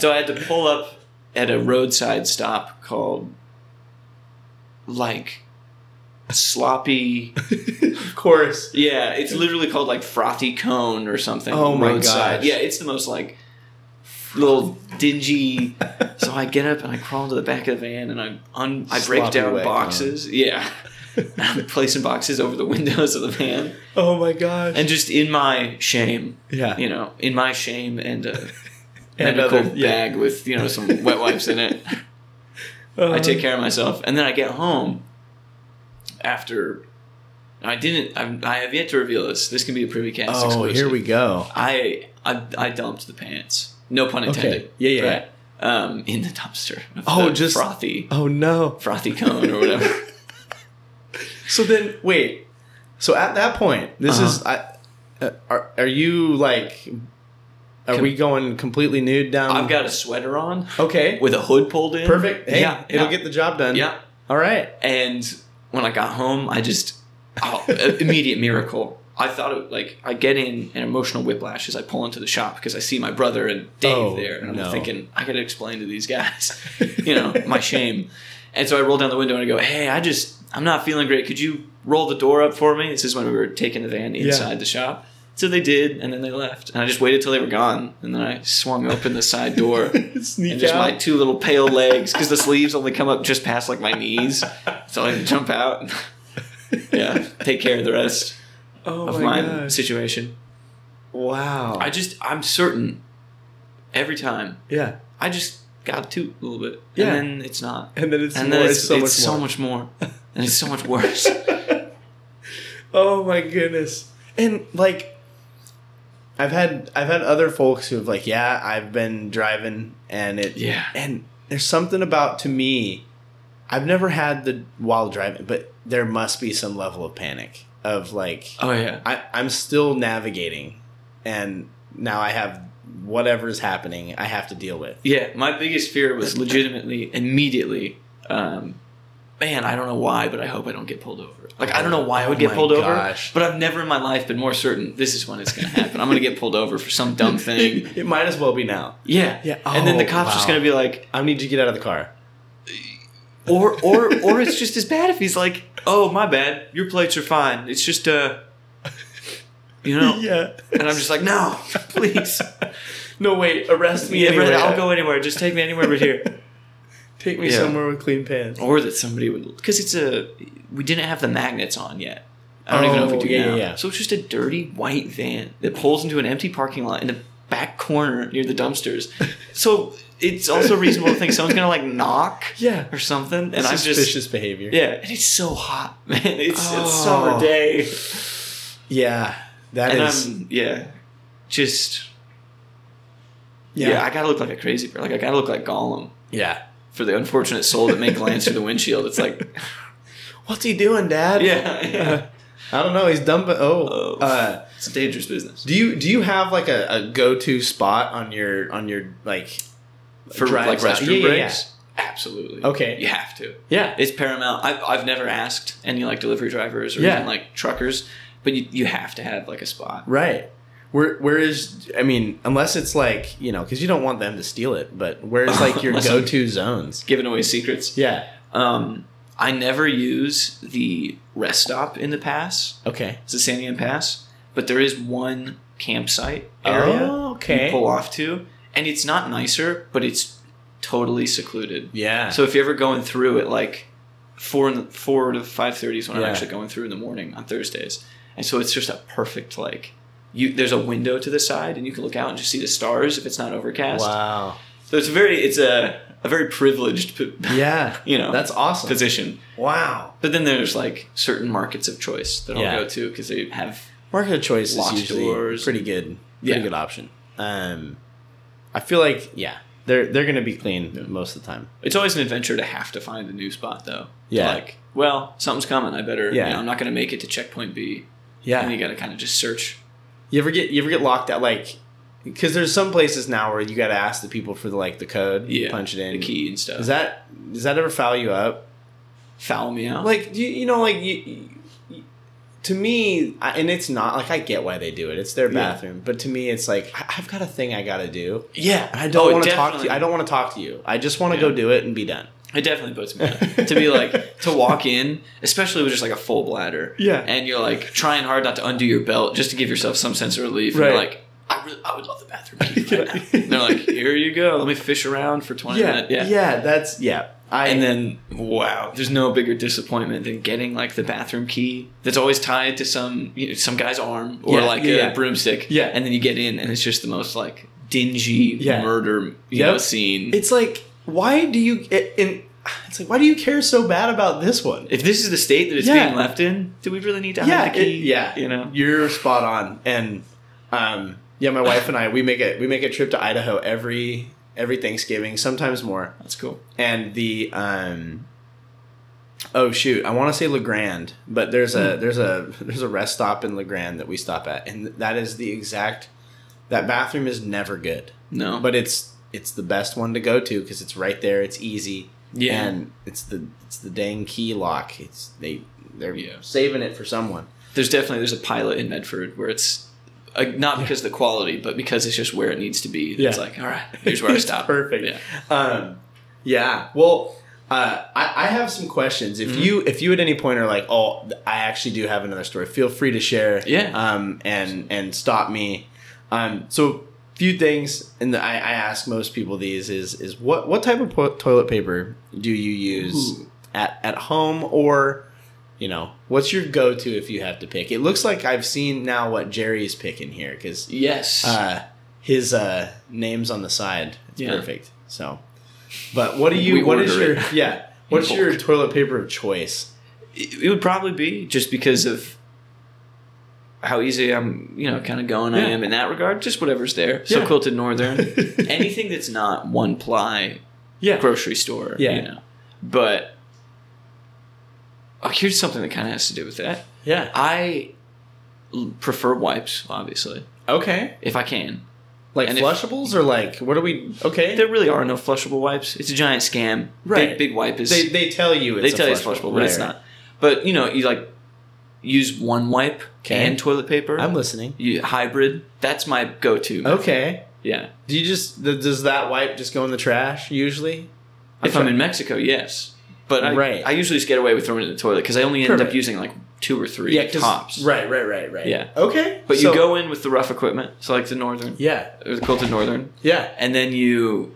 S1: So I had to pull up at a roadside stop called like sloppy.
S2: of course.
S1: Yeah, it's literally called like frothy cone or something.
S2: Oh my
S1: roadside.
S2: gosh.
S1: Yeah, it's the most like little dingy. so I get up and I crawl into the back of the van and I un- I break
S2: Sloppy
S1: down
S2: wet
S1: boxes. Yeah. I'm placing boxes over the windows of the van,
S2: Oh my gosh.
S1: and just in my shame,
S2: yeah.
S1: you know, in my shame and a
S2: And
S1: medical
S2: other- yeah.
S1: bag with you know some wet wipes in it.
S2: Um,
S1: I take care of myself, and then I get home. After I didn't, I'm, I have yet to reveal this. This can be a privy cast.
S2: Oh,
S1: exclusive.
S2: here we go.
S1: I, I I dumped the pants. No pun intended.
S2: Yeah, yeah.
S1: Right? Um, in the dumpster. of
S2: Oh,
S1: the
S2: just-
S1: frothy,
S2: Oh no.
S1: frothy cone or whatever.
S2: So then, wait. So at that point, this
S1: Uh-huh.
S2: is. I, uh, are are you like? Are
S1: Com-
S2: we going completely nude down?
S1: I've got a sweater on
S2: Okay.
S1: with a hood pulled in.
S2: Oh. Perfect. Hey,
S1: yeah,
S2: it'll
S1: yeah.
S2: get the job done.
S1: Yeah.
S2: All right.
S1: And when I got home, I just oh, i- immediate miracle. I thought it like I get in an emotional whiplash as I pull into the shop because I see my brother and Dave
S2: Oh,
S1: there, and I'm
S2: no.
S1: thinking I gotta explain to these guys, you know, my shame. And so I roll down the window and I go, "Hey, I just I'm not feeling great. Could you roll the door up for me?" This is when we were taking the van inside the shop. So they did, and then they left, and I just waited till they were gone, and then I swung open the side door
S2: Sneak
S1: and just
S2: out.
S1: my two little pale legs because the sleeves only come up just past like my knees so i can jump out yeah take care of the rest
S2: oh
S1: of my,
S2: my gosh.
S1: situation
S2: Wow.
S1: i just i'm certain every time
S2: yeah.
S1: i just got to a little bit
S2: Yeah.
S1: and then it's not
S2: And then it's
S1: and
S2: more.
S1: then
S2: It's,
S1: it's,
S2: so,
S1: it's
S2: much
S1: so
S2: more.
S1: much more and it's so much worse
S2: Oh my goodness. And like I've had I've had other folks who have like, yeah, I've been driving and it
S1: Yeah.
S2: and there's something about to me I've never had the while driving, but there must be some level of panic of like
S1: oh yeah
S2: I, I'm still navigating and now I have whatever's happening I have to deal with.
S1: yeah my biggest fear was legitimately immediately um Man, I don't know why, but I hope I don't get pulled over. Like I don't know why I would
S2: Oh
S1: get
S2: my
S1: pulled
S2: gosh.
S1: over, but I've never in my life been more certain this is when it's going to happen. I'm going to get pulled over for some dumb thing.
S2: It, might as well be now.
S1: Yeah,
S2: Yeah.
S1: and then the
S2: Oh,
S1: cops just
S2: wow.
S1: going to be like,
S2: I need you to get out of the car.
S1: or or or it's just as bad if he's like, oh my bad, your plates are fine. It's just uh, you know.
S2: Yeah.
S1: And I'm just like, no, please,
S2: No wait, arrest me.
S1: Yeah,
S2: anyway.
S1: I'll go anywhere. Just take me anywhere but here.
S2: Take me
S1: Yeah.
S2: somewhere with clean pants.
S1: or that somebody would because it's a we didn't have the magnets on yet. I don't even know if
S2: Oh,
S1: we do
S2: yeah,
S1: now.
S2: yeah, yeah.
S1: So it's just a dirty white van that pulls into an empty parking lot in the back corner near the dumpsters. so it's also reasonable to think someone's gonna like knock
S2: Yeah.
S1: or something, and
S2: and
S1: I'm
S2: suspicious
S1: just
S2: behavior.
S1: yeah. And it's so hot, man. It's it's
S2: Oh.
S1: summer day,
S2: yeah, that
S1: and
S2: is-
S1: I'm yeah, just yeah. I gotta look like a crazy person. Like I gotta look like Gollum
S2: yeah.
S1: for the unfortunate soul that may glance through the windshield. It's like
S2: What's he doing, Dad?
S1: yeah, yeah.
S2: I don't know. He's dumb, but oh,
S1: Oh.
S2: Uh-huh. uh,
S1: it's a dangerous business.
S2: do you do you have like a, a go to spot on your on your like
S1: for
S2: drives
S1: like
S2: out?
S1: restroom
S2: Yeah, yeah,
S1: breaks? Absolutely.
S2: Okay.
S1: You have to.
S2: Yeah,
S1: It's paramount. I've, I've never asked any like delivery drivers or
S2: Yeah.
S1: even like truckers, but you, you have to have like a spot.
S2: right. Where where is I mean, unless it's like you know, because you don't want them to steal it, but where is like your
S1: Unless I'm-
S2: go to zones?
S1: Giving away secrets.
S2: Yeah.
S1: Um, I never use the rest stop in the pass.
S2: Okay.
S1: It's the San Diego Pass, but there is one campsite area
S2: Oh,
S1: you pull off to, and it's not nicer, but it's totally secluded.
S2: Yeah.
S1: So if you're ever going through at like four in the, four to five thirty is when
S2: Yeah.
S1: I'm actually going through in the morning on Thursdays, and so it's just a perfect like you. There's a window to the side, and you can look out and just see the stars if it's not overcast.
S2: wow.
S1: So it's a very it's a a very privileged p-
S2: Yeah.
S1: you know
S2: That's awesome.
S1: position.
S2: Wow.
S1: But then there's like certain markets of choice that
S2: Yeah.
S1: I'll go to because they have
S2: Market of choice is
S1: Locked
S2: usually
S1: doors.
S2: pretty good,
S1: Yeah.
S2: pretty good option. Um, I feel like yeah, they're they're gonna be clean most of the time.
S1: it's always an adventure to have to find a new spot though.
S2: Yeah.
S1: Like well something's coming. I better
S2: Yeah.
S1: You know, I'm not going to make it to checkpoint B. And you
S2: Yeah,
S1: got to kind of just search.
S2: you ever get you ever get locked out like because there's some places now where you got to ask the people for the like the code,
S1: Yeah.
S2: punch it in.
S1: The key and stuff.
S2: Is that does that ever foul you up?
S1: foul me out.
S2: Like you, you know like you, you, to me, I, and it's not like I get why they do it. It's their
S1: Yeah.
S2: bathroom, but to me, it's like I, I've got a thing I got to do.
S1: Yeah,
S2: I don't
S1: Oh, it
S2: want to talk to
S1: definitely-
S2: you. I don't want to talk to you. I just want to
S1: Yeah.
S2: go do it and be done.
S1: It definitely puts me out. to be like to walk in, especially with just like a full bladder.
S2: Yeah.
S1: and you're like trying hard not to undo your belt just to give yourself some sense of relief. And you're
S2: Right.
S1: like I really, I would love the bathroom. right now." And they're like, here you go. Let me fish around for twenty minutes.
S2: yeah, yeah. That's yeah. I
S1: And then, wow, there's no bigger disappointment than getting like the bathroom key that's always tied to some you know, some guy's arm or
S2: Yeah,
S1: like
S2: yeah,
S1: a
S2: yeah.
S1: broomstick.
S2: Yeah.
S1: and then you get in and it's just the most like dingy
S2: Yeah.
S1: murder you
S2: Yep.
S1: know, scene.
S2: it's like why do you it, and it's like why do you care so bad about this one?
S1: if this is the state that it's
S2: Yeah.
S1: being left in, do we really need to
S2: yeah,
S1: hide the key?
S2: it- yeah.
S1: you know.
S2: You're spot on. And um, yeah, my wife and I we make it we make a trip to Idaho every every Thanksgiving, sometimes more.
S1: That's cool.
S2: and the um oh shoot i want to say legrand but there's
S1: Hmm.
S2: a there's a there's a rest stop in legrand that we stop at and that is the exact that bathroom is never good
S1: No,
S2: but it's it's the best one to go to because it's right there it's easy
S1: Yeah.
S2: and it's the it's the dang key lock it's they they're
S1: Yeah.
S2: saving it for someone
S1: there's definitely there's a pilot in Medford where it's uh, not because of the quality, but because it's just where it needs to be. It's
S2: Yeah.
S1: like, all right, here's where I
S2: It's
S1: stop.
S2: perfect.
S1: Yeah.
S2: Um, yeah. Well, uh, I, I have some questions.
S1: Mm-hmm.
S2: If you if you at any point are like, oh, I actually do have another story, feel free to share.
S1: Yeah.
S2: Um, and and stop me. Um, so few things, and I, I ask most people these is is what what type of po- toilet paper do you use
S1: Ooh.
S2: at at home or you know what's your go to if you have to pick? It looks like I've seen now what Jerry's picking here because
S1: Yes.
S2: uh, his uh, name's on the side. It's
S1: Yeah.
S2: perfect. So, but what do you?
S1: We
S2: what is
S1: order
S2: your?
S1: it.
S2: Yeah. What's
S1: bulk.
S2: your toilet paper of choice?
S1: it it would probably be just because of how easy I'm, you know, kind of going I
S2: Yeah.
S1: am in that regard. Just whatever's there. So
S2: Yeah.
S1: quilted northern, anything that's not one ply
S2: Yeah.
S1: grocery store.
S2: Yeah.
S1: You know, but oh, here's something that kind of has to do with that.
S2: Yeah.
S1: I l- prefer wipes, obviously,
S2: Okay.
S1: if I can.
S2: Like
S1: And if-
S2: flushables or like what are we? Okay.
S1: There really are no flushable wipes. It's a giant scam.
S2: Right.
S1: Big, big wipe is.
S2: They
S1: They,
S2: they tell you it's a
S1: tell you it's flushable, but it's
S2: Right,
S1: not. But you know, you like use one wipe
S2: Okay.
S1: and toilet paper.
S2: right. I'm Oh. listening.
S1: you, hybrid. That's my go-to. method.
S2: Okay.
S1: Yeah.
S2: Do you just th- does that wipe just go in the trash usually?
S1: If I'm
S2: try-
S1: in Mexico, yes. But I,
S2: Right.
S1: I usually just get away with throwing it in the toilet because I only end
S2: Perfect.
S1: up using like two or three
S2: 'cause-
S1: tops.
S2: Right. Right. Right. Right.
S1: Yeah.
S2: Okay.
S1: But
S2: So-
S1: you go in with the rough equipment, so like the northern,
S2: Yeah.
S1: or the quilted northern,
S2: Yeah.
S1: and then you,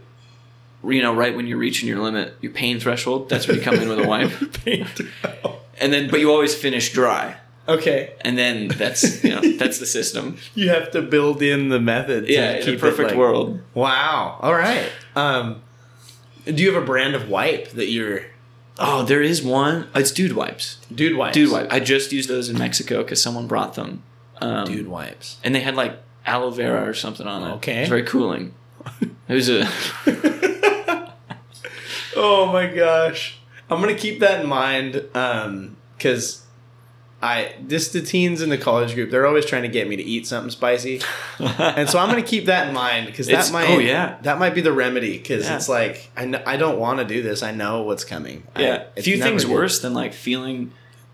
S1: you know, right when you're reaching your limit, your pain threshold. That's when you come in with a wipe, and then but you always finish dry,
S2: okay.
S1: and then that's you know that's the system.
S2: You have to build in the method. To
S1: Yeah, in a
S2: keep it,
S1: perfect
S2: like-
S1: world.
S2: Wow. All right. Um, do you have a brand of wipe that you're
S1: Oh, there is one. It's dude wipes.
S2: dude wipes?
S1: Dude wipe. I just used those in Mexico because someone brought them. Um,
S2: Dude wipes.
S1: and they had like aloe vera or something on it.
S2: Okay.
S1: It's very cooling. It was a
S2: oh my gosh. I'm gonna keep that in mind because I just the teens in the college group they're always trying to get me to eat something spicy, and so I'm gonna keep that in mind because that
S1: It's-
S2: might
S1: oh, yeah.
S2: that might be the remedy because
S1: Yeah.
S2: it's like I kn- I don't want to do this I know what's coming I-
S1: yeah.
S2: it's
S1: few
S2: never
S1: things
S2: good.
S1: worse than like feeling,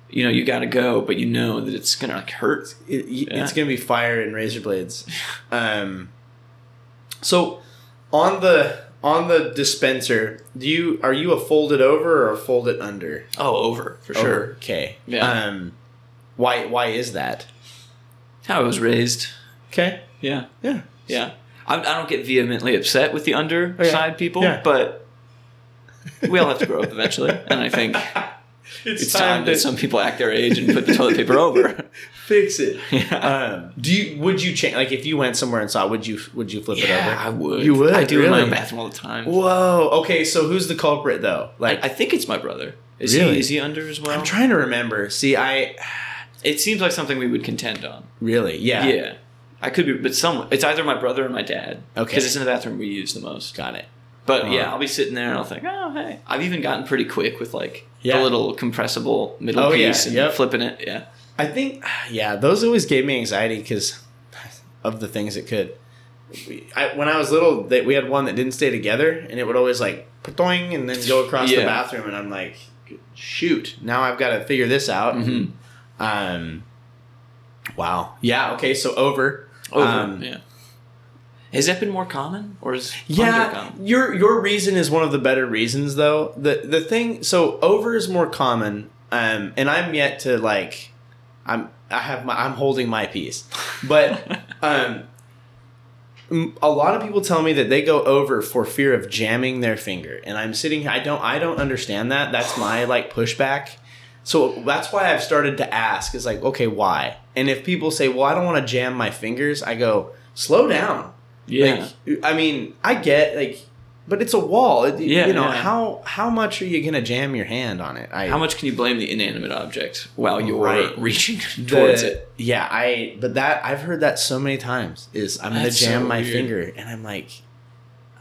S1: you know, you got to go, but you know that it's gonna like hurt.
S2: It, y
S1: Yeah.
S2: It's gonna be fire and razor blades. Um, so on the on the dispenser, do you are you a fold it over or a fold it under?
S1: Oh, over for
S2: Over. Okay.
S1: Yeah.
S2: Um, why why is that?
S1: How I was raised.
S2: Okay.
S1: Yeah,
S2: Yeah. Oh,
S1: yeah. I, I don't get vehemently upset with the underside people,
S2: Yeah.
S1: but we all have to grow up eventually, and I think
S2: It's,
S1: it's time that some people act their age and put the toilet paper over.
S2: fix it.
S1: yeah.
S2: Um, do you would you change like if you went somewhere and saw it, would you would you flip
S1: Yeah,
S2: it
S1: I
S2: over?
S1: would.
S2: You would,
S1: I do in my
S2: really?
S1: own bathroom all the time.
S2: Whoa. Okay. So who's the culprit though? Like
S1: I think it's my brother. Is
S2: Really?
S1: he is he under as well?
S2: I'm trying to remember. See, I
S1: it seems like something we would contend on.
S2: really yeah.
S1: Yeah. I could be, but someone. It's either my brother or my dad.
S2: Okay.
S1: Because it's in the bathroom we use the most.
S2: Got it.
S1: But
S2: Uh-huh.
S1: yeah, I'll be sitting there and I'll think, oh hey. I've even gotten pretty quick with like
S2: Yeah.
S1: the little compressible middle
S2: Oh, yeah,
S1: piece and
S2: yep.
S1: flipping it. Yeah.
S2: I think, yeah, those always gave me anxiety because of the things it could. We- I, when I was little, that we had one that didn't stay together, and it would always like patoing and then go across the
S1: Yeah. Mm-hmm.
S2: Mm-hmm. bathroom, and I'm like, shoot, now I've got to figure this out.
S1: Mhm.
S2: Um, Wow. Yeah. Okay. So over.
S1: Over.
S2: Um,
S1: yeah. Has that been more common or is
S2: Yeah,
S1: undercommon?
S2: your your reason is one of the better reasons though. The the thing so over is more common, um, and I'm yet to like, I'm I have my I'm holding my peace, but um, m- a lot of people tell me that they go over for fear of jamming their finger, and I'm sitting here I don't I don't understand that. That's my like pushback. So that's why I've started to ask is like, okay, why? And if people say, well, I don't want to jam my fingers, I go, slow down.
S1: Yeah.
S2: Like, I mean, I get like, but it's a wall. It-
S1: Yeah,
S2: You know
S1: yeah.
S2: how how much are you gonna jam your hand on it? I,
S1: How much can you blame the inanimate object while you're
S2: Right.
S1: reaching
S2: the-
S1: towards it?
S2: Yeah, I. But that I've heard that so many times is I'm gonna
S1: That's
S2: jam
S1: so
S2: my
S1: weird.
S2: finger, and I'm like,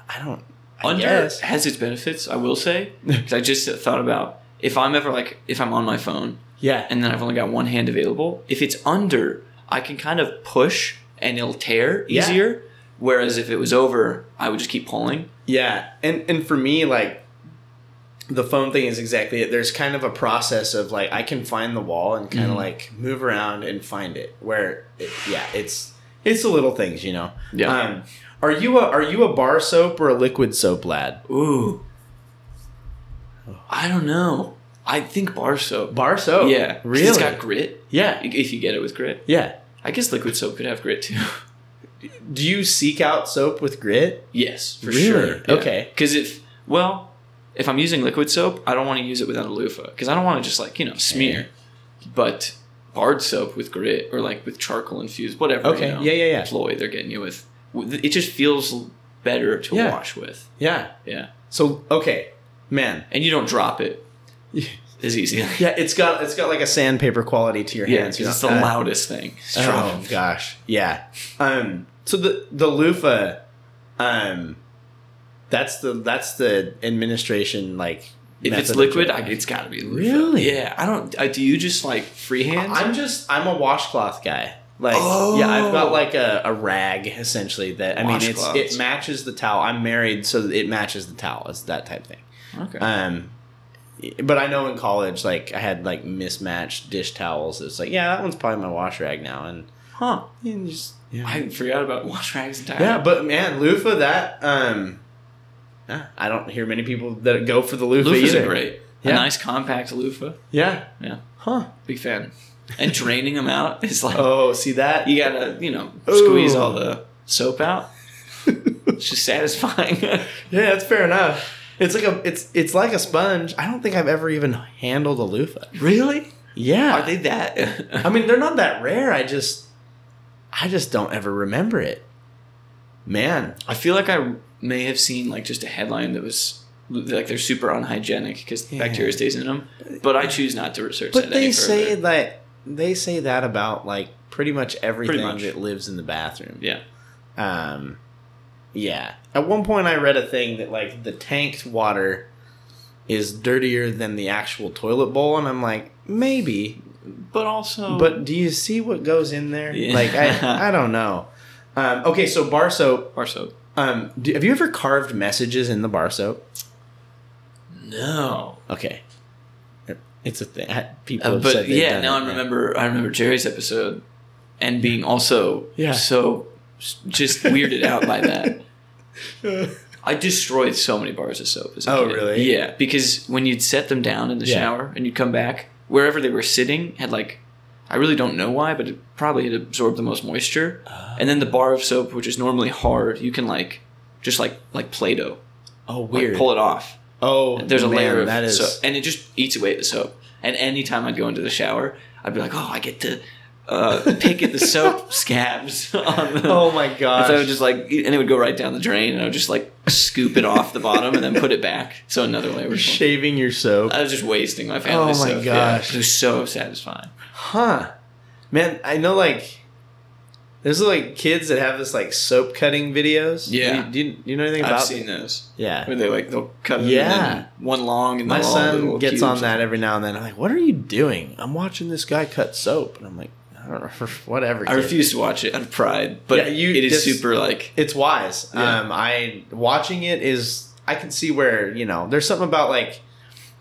S2: I don't. I
S1: Under
S2: guess.
S1: has its benefits, I will say. 'cause I just thought about if I'm ever like if I'm on my phone
S2: Yeah.
S1: and then I've only got one hand available. If it's under, I can kind of push and it'll tear
S2: Yeah.
S1: easier. Whereas if it was over, I would just keep pulling.
S2: Yeah, and and for me, like the phone thing is exactly it. There's kind of a process of like I can find the wall and kind of
S1: Mhm.
S2: like move around and find it. Where, it, yeah, it's it's the little things, you know.
S1: Yeah.
S2: Um, are you a are you a bar soap or a liquid soap lad?
S1: Ooh. I don't know. I think bar soap.
S2: Bar soap.
S1: yeah. 'cause
S2: Really?
S1: It's got grit.
S2: yeah.
S1: If you get it with grit.
S2: Yeah.
S1: I guess liquid soap could have grit too.
S2: Do you seek out soap with grit?
S1: yes, for
S2: Really?
S1: sure.
S2: Okay.
S1: Because if, well, if I'm using liquid soap, I don't want to use it without a loofah because I don't want to just like, you know, smear. But barred soap with grit or like with charcoal infused, whatever.
S2: Okay,
S1: You know,
S2: yeah, yeah, yeah.
S1: Ploy they're getting you with. It just feels better to
S2: Yeah.
S1: wash with.
S2: Yeah.
S1: Yeah.
S2: So okay, man.
S1: And you don't drop it as easily.
S2: Yeah, it's got it's got like a sandpaper quality to your
S1: Yeah,
S2: hands.
S1: because
S2: you
S1: it's the
S2: know? Uh,
S1: loudest thing. It's
S2: Oh
S1: dropping.
S2: gosh, yeah. Um, so the the loofah, um, that's the that's the administration like.
S1: If it's
S2: methodology.
S1: liquid, I, it's got to be loofah.
S2: Really?
S1: Yeah. I don't. I, do you just like freehand?
S2: I'm just I'm a washcloth guy. Like
S1: Oh.
S2: yeah, I've got like a, a rag essentially that I mean it's it
S1: Washcloths.
S2: matches the towel. I'm married, so it matches the towel. It's that type of thing.
S1: okay.
S2: Um, but I know in college, like I had like mismatched dish towels. It's like yeah, that one's probably my wash rag now, and,
S1: huh.
S2: and just yeah.
S1: I forgot about wash rags entirely.
S2: Yeah, but man, loofah that um yeah, I don't hear many people that go for the loofah
S1: loofahs
S2: either.
S1: are great.
S2: Yeah.
S1: A nice compact loofah.
S2: Yeah.
S1: Yeah,
S2: Huh.
S1: big fan. And draining them out is like
S2: Oh, see that?
S1: you gotta you know
S2: Ooh.
S1: squeeze all the soap out. It's just satisfying.
S2: Yeah, that's fair enough. It's like a it's it's like a sponge. I don't think I've ever even handled a loofah.
S1: really?
S2: Yeah.
S1: Are they that?
S2: I mean, they're not that rare. I just I just don't ever remember it. Man.
S1: I feel like I may have seen like just a headline that was like they're super unhygienic because
S2: Yeah.
S1: bacteria stays in them. But I choose not to research
S2: But
S1: that
S2: they
S1: any
S2: say
S1: further.
S2: that they say that about like pretty much everything
S1: much.
S2: that lives in the bathroom.
S1: yeah.
S2: Um, yeah. At one point, I read a thing that like the tanked water is dirtier than the actual toilet bowl, and I'm like, maybe.
S1: But also,
S2: But do you see what goes in there?
S1: Yeah.
S2: Like, I I don't know. Um, okay, so bar soap.
S1: bar soap.
S2: Um, do, have you ever carved messages in the bar soap?
S1: No.
S2: Okay, it's a thing. I- People,
S1: Uh,
S2: have said
S1: but
S2: they've
S1: yeah,
S2: done
S1: now
S2: it,
S1: I remember. I remember Jerry's episode, and being also
S2: Yeah.
S1: so s- just weirded out by that. I destroyed so many bars of soap. As a
S2: Oh,
S1: kid.
S2: really?
S1: Yeah, because when you'd set them down in the
S2: Yeah.
S1: shower and you'd come back, wherever they were sitting had like, I really don't know why, but it probably had absorbed the most moisture.
S2: Oh.
S1: And then the bar of soap, which is normally hard, you can like, just like like Play-Doh,
S2: Oh,
S1: like,
S2: weird.
S1: pull it off.
S2: oh,
S1: There's a
S2: man,
S1: layer of
S2: that is.
S1: soap, and it just eats away at the soap. And anytime I'd go into the shower, I'd be like, "Oh, I get to uh, pick at the soap scabs on the."
S2: Oh my
S1: And
S2: gosh!
S1: so I would just like, and it would go right down the drain, and I would just like scoop it off the bottom and then put it back. So another layer. was formed.
S2: shaving your soap.
S1: I was just wasting my family's
S2: Oh my
S1: soap.
S2: gosh.
S1: it was so satisfying.
S2: Huh. Man, I know like there's like kids that have this like soap cutting videos.
S1: Yeah.
S2: Do you, do you know anything
S1: I've
S2: about
S1: seen those
S2: Yeah.
S1: where they like they'll cut it
S2: Yeah.
S1: yeah. one long and
S2: My
S1: they'll all
S2: son
S1: little
S2: gets
S1: cubes.
S2: on that every now and then. I'm like, "What are you doing? I'm watching this guy cut soap." And I'm like, "I don't know, whatever."
S1: I
S2: kid."
S1: refuse to watch it out of pride, but
S2: Yeah, you
S1: it is
S2: just-
S1: super like
S2: It's wise.
S1: Yeah.
S2: Um I watching it is I can see where, you know, there's something about like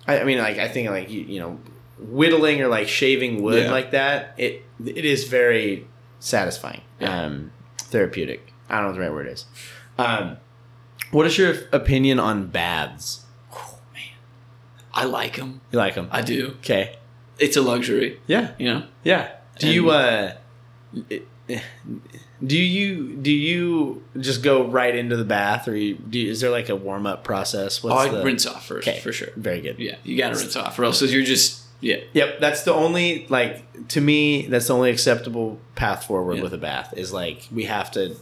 S2: I, I mean like I think like you, you know whittling or like shaving wood
S1: Yeah.
S2: like that, it it is very satisfying,
S1: Yeah.
S2: um, therapeutic. I don't know what the right word is. Um, what is your opinion on baths?
S1: Oh, man. I like them.
S2: You like them?
S1: I do.
S2: Okay.
S1: It's a luxury,
S2: Yeah.
S1: you know?
S2: Yeah. Do you uh do you do you just go right into the bath or you, do you, is there like a warm up process?
S1: Oh, I'd
S2: the
S1: rinse off first,
S2: Okay.
S1: for sure.
S2: Very good.
S1: Yeah, you gotta rinse off, or else you're just, yeah.
S2: Yep, that's the only like to me that's the only acceptable path forward
S1: Yeah.
S2: with a bath is like we have to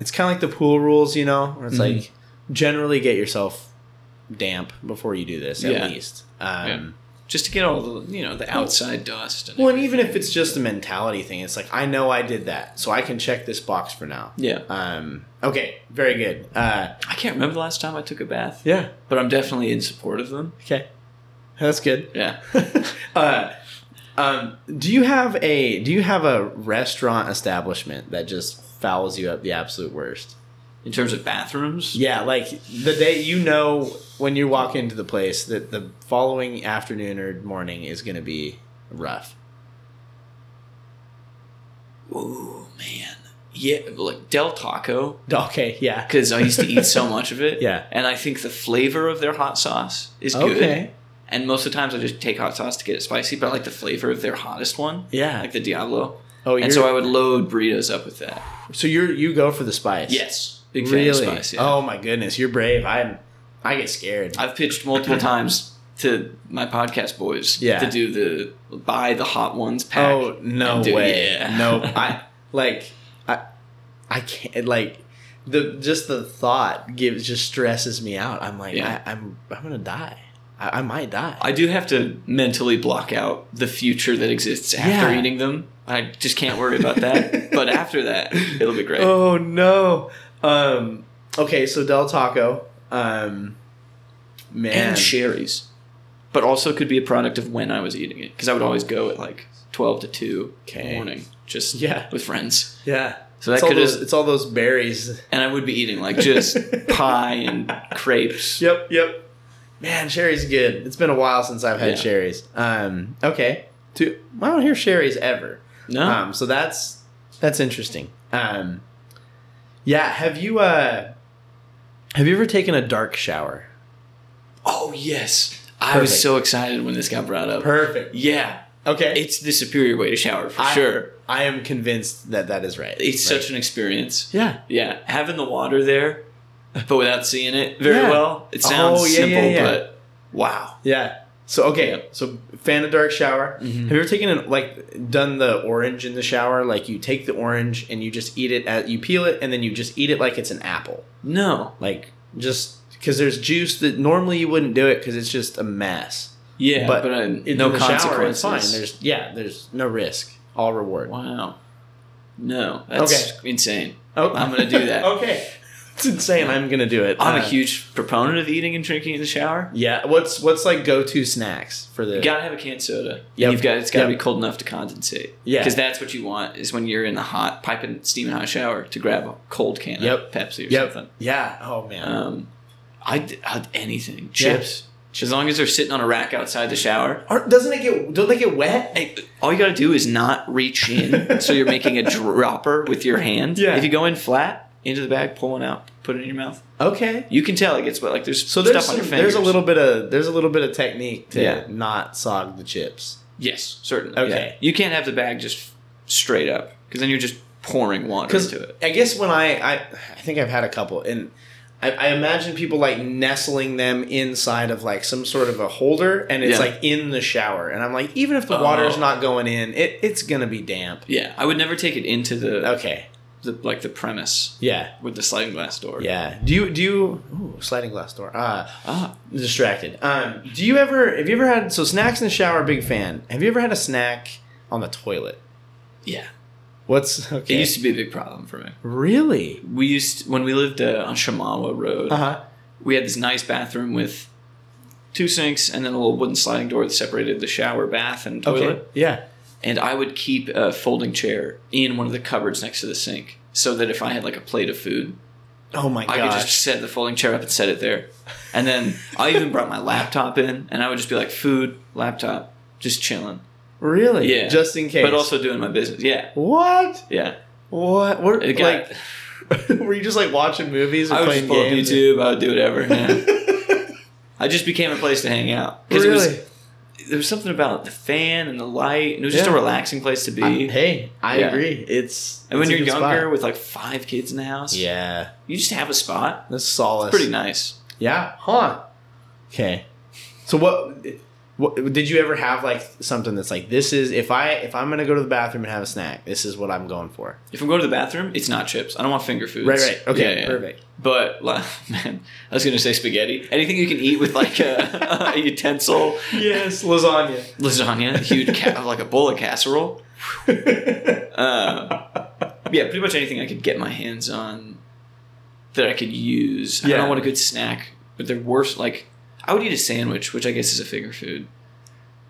S2: It's kind of like the pool rules, you know, where it's
S1: Mhm.
S2: like generally get yourself damp before you do this at
S1: Yeah.
S2: least. Um
S1: Yeah. Just to get all the, you know, the outside dust. And
S2: Well, and even if it's just a mentality thing, it's like I know I did that, so I can check this box for now.
S1: yeah.
S2: Um, okay, very good. Uh,
S1: I can't remember the last time I took a bath,
S2: yeah,
S1: but I'm definitely in support of them.
S2: okay, that's good.
S1: Yeah.
S2: uh, um, do you have a do you have a restaurant establishment that just fouls you up the absolute worst?
S1: In terms of bathrooms,
S2: Yeah, like the day you know when you walk into the place that the following afternoon or morning is going to be rough.
S1: oh man, yeah, like Del Taco,
S2: Okay, yeah,
S1: because I used to eat so much of it.
S2: Yeah.
S1: and I think the flavor of their hot sauce is good.
S2: okay,
S1: And most of the times, I just take hot sauce to get it spicy, but I like the flavor of their hottest one,
S2: yeah.
S1: like the Diablo.
S2: Oh, you're,
S1: And so I would load burritos up with that.
S2: so you're you go for the spice?
S1: Yes, big fan
S2: really?
S1: of spice. Yeah.
S2: Oh my goodness, you're brave. I'm. I get scared.
S1: I've pitched multiple times to my podcast boys
S2: Yeah.
S1: to do the buy the hot ones pack.
S2: oh no
S1: and do-
S2: way.
S1: yeah.
S2: No, I like. I, I can't like. The just the thought gives just stresses me out. I'm like,
S1: Yeah.
S2: I, I'm I'm gonna die. I, I might die.
S1: I do have to mentally block out the future that exists after
S2: Yeah.
S1: eating them. I just can't worry about that. but after that, it'll be great.
S2: Oh no. Um. Okay, so Del Taco. Um. Man.
S1: and Sherry's, but also could be a product of when I was eating it because I would always go at like twelve to two in
S2: Okay.
S1: the morning, just
S2: Yeah.
S1: with friends.
S2: Yeah.
S1: So that
S2: it's all
S1: could
S2: those,
S1: have-
S2: it's all those berries.
S1: And I would be eating like just pie and crepes.
S2: Yep, yep. Man, sherry's good. It's been a while since I've had
S1: Yeah.
S2: sherry's. Um, okay. To, I don't hear sherry's ever.
S1: No,
S2: Um, so that's that's interesting. Um, yeah. Have you uh, have you ever taken a dark shower?
S1: Oh yes, I was
S2: Perfect.
S1: so excited when this got brought up.
S2: Perfect.
S1: Yeah,
S2: Okay.
S1: it's the superior way to shower for
S2: I-
S1: sure.
S2: I am convinced that that is right.
S1: It's
S2: Right.
S1: such an experience.
S2: yeah.
S1: Yeah, having the water there, but without seeing it very
S2: Yeah.
S1: well. It sounds
S2: Oh, yeah,
S1: simple,
S2: yeah, yeah.
S1: but wow.
S2: Yeah. So okay.
S1: Yeah.
S2: So fan of dark shower. Have you ever taken an like done the orange in the shower? Like you take the orange and you just eat it. At, you peel it and then you just eat it like it's an apple.
S1: No.
S2: Like just because there's juice that normally you wouldn't do it because it's just a mess.
S1: Yeah,
S2: But
S1: but, I-
S2: In
S1: no
S2: the shower,
S1: consequences.
S2: it's fine. There's yeah. There's no risk. All reward.
S1: wow. No, that's insane.
S2: Oh,
S1: I'm gonna do that.
S2: okay. It's insane. I'm gonna do it.
S1: I'm
S2: Uh,
S1: a huge proponent of eating and drinking in the shower.
S2: Yeah. What's what's like go to snacks for the?
S1: You gotta have a canned soda. Yeah,
S2: Yep.
S1: You've got it's gotta
S2: Yep.
S1: be cold enough to condensate.
S2: Yeah.
S1: because that's what you want is when you're in the hot piping steaming hot shower to grab a cold can
S2: Yep.
S1: of Pepsi or
S2: Yep.
S1: something.
S2: Yeah. Oh man.
S1: Um, I I'd anything chips as long as they're sitting on a rack outside the shower.
S2: Aren't- doesn't it get don't they get wet?
S1: Hey, all you gotta do is not reach in, so you're making a dropper with your hand.
S2: Yeah.
S1: If you go in flat into the bag, pull one out, put it in your mouth.
S2: Okay.
S1: You can tell it gets wet. Like there's
S2: So
S1: stuff
S2: there's
S1: on your
S2: some-
S1: fingers.
S2: there's a little bit of there's a little bit of technique to
S1: Yeah.
S2: not sog the chips.
S1: Yes, certainly.
S2: Okay.
S1: yeah. You can't have the bag just straight up because then you're just pouring water
S2: Because
S1: into it.
S2: I guess when I, I I think I've had a couple, and I, I imagine people like nestling them inside of like some sort of a holder, and it's
S1: Yeah.
S2: like in the shower, and I'm like, even if the water's
S1: Oh.
S2: not going in, it it's gonna be damp.
S1: Yeah, I would never take it into the, uh,
S2: Okay.
S1: the like the premise
S2: Yeah.
S1: with the sliding glass door.
S2: Yeah. Do you do you ooh, sliding glass door? Uh,
S1: Ah,
S2: distracted. Um, do you ever have you ever had so snacks in the shower? Big fan. Have you ever had a snack on the toilet?
S1: yeah.
S2: What's okay?
S1: It used to be a big problem for me.
S2: Really?
S1: We used when we lived uh, on Shamawa Road.
S2: Uh huh.
S1: We had this nice bathroom with two sinks and then a little wooden sliding door that separated the shower, bath, and toilet.
S2: Okay. Yeah.
S1: And I would keep a folding chair in one of the cupboards next to the sink, so that if I had like a plate of food,
S2: Oh my
S1: I could
S2: gosh.
S1: just set the folding chair up and set it there. And then I even brought my laptop in, and I would just be like, food, laptop, just chilling,
S2: Really?
S1: Yeah.
S2: Just in case.
S1: but also doing my business. Yeah,
S2: What?
S1: yeah.
S2: What? What?
S1: It got-
S2: like, were you just like watching movies or
S1: I would
S2: playing
S1: just pull up
S2: games?
S1: YouTube. I would do whatever. Yeah. I just became a place to hang out because
S2: really?
S1: it was there was something about the fan and the light, and it was just
S2: Yeah.
S1: a relaxing place to be.
S2: I- hey, I
S1: Yeah.
S2: agree. It's
S1: and when
S2: it's a
S1: you're
S2: good spot.
S1: younger with like five kids in the house,
S2: yeah,
S1: you just have a spot.
S2: that's solace.
S1: Pretty nice.
S2: Yeah, huh? Okay. So what? What did you ever have like something that's like this is if I if I'm gonna go to the bathroom and have a snack, this is what I'm going for.
S1: If I'm going to the bathroom, it's not chips. I don't want finger foods.
S2: Right, right. Okay,
S1: Yeah, yeah.
S2: perfect.
S1: But like, man, I was gonna say spaghetti. Anything you can eat with like a, a utensil,
S2: Yes, lasagna.
S1: lasagna, a huge ca- like a bowl of casserole. Uh, yeah, pretty much anything I could get my hands on that I could use. I
S2: Yeah.
S1: don't want a good snack, but they're worse. Like I would eat a sandwich, which I guess is a finger food.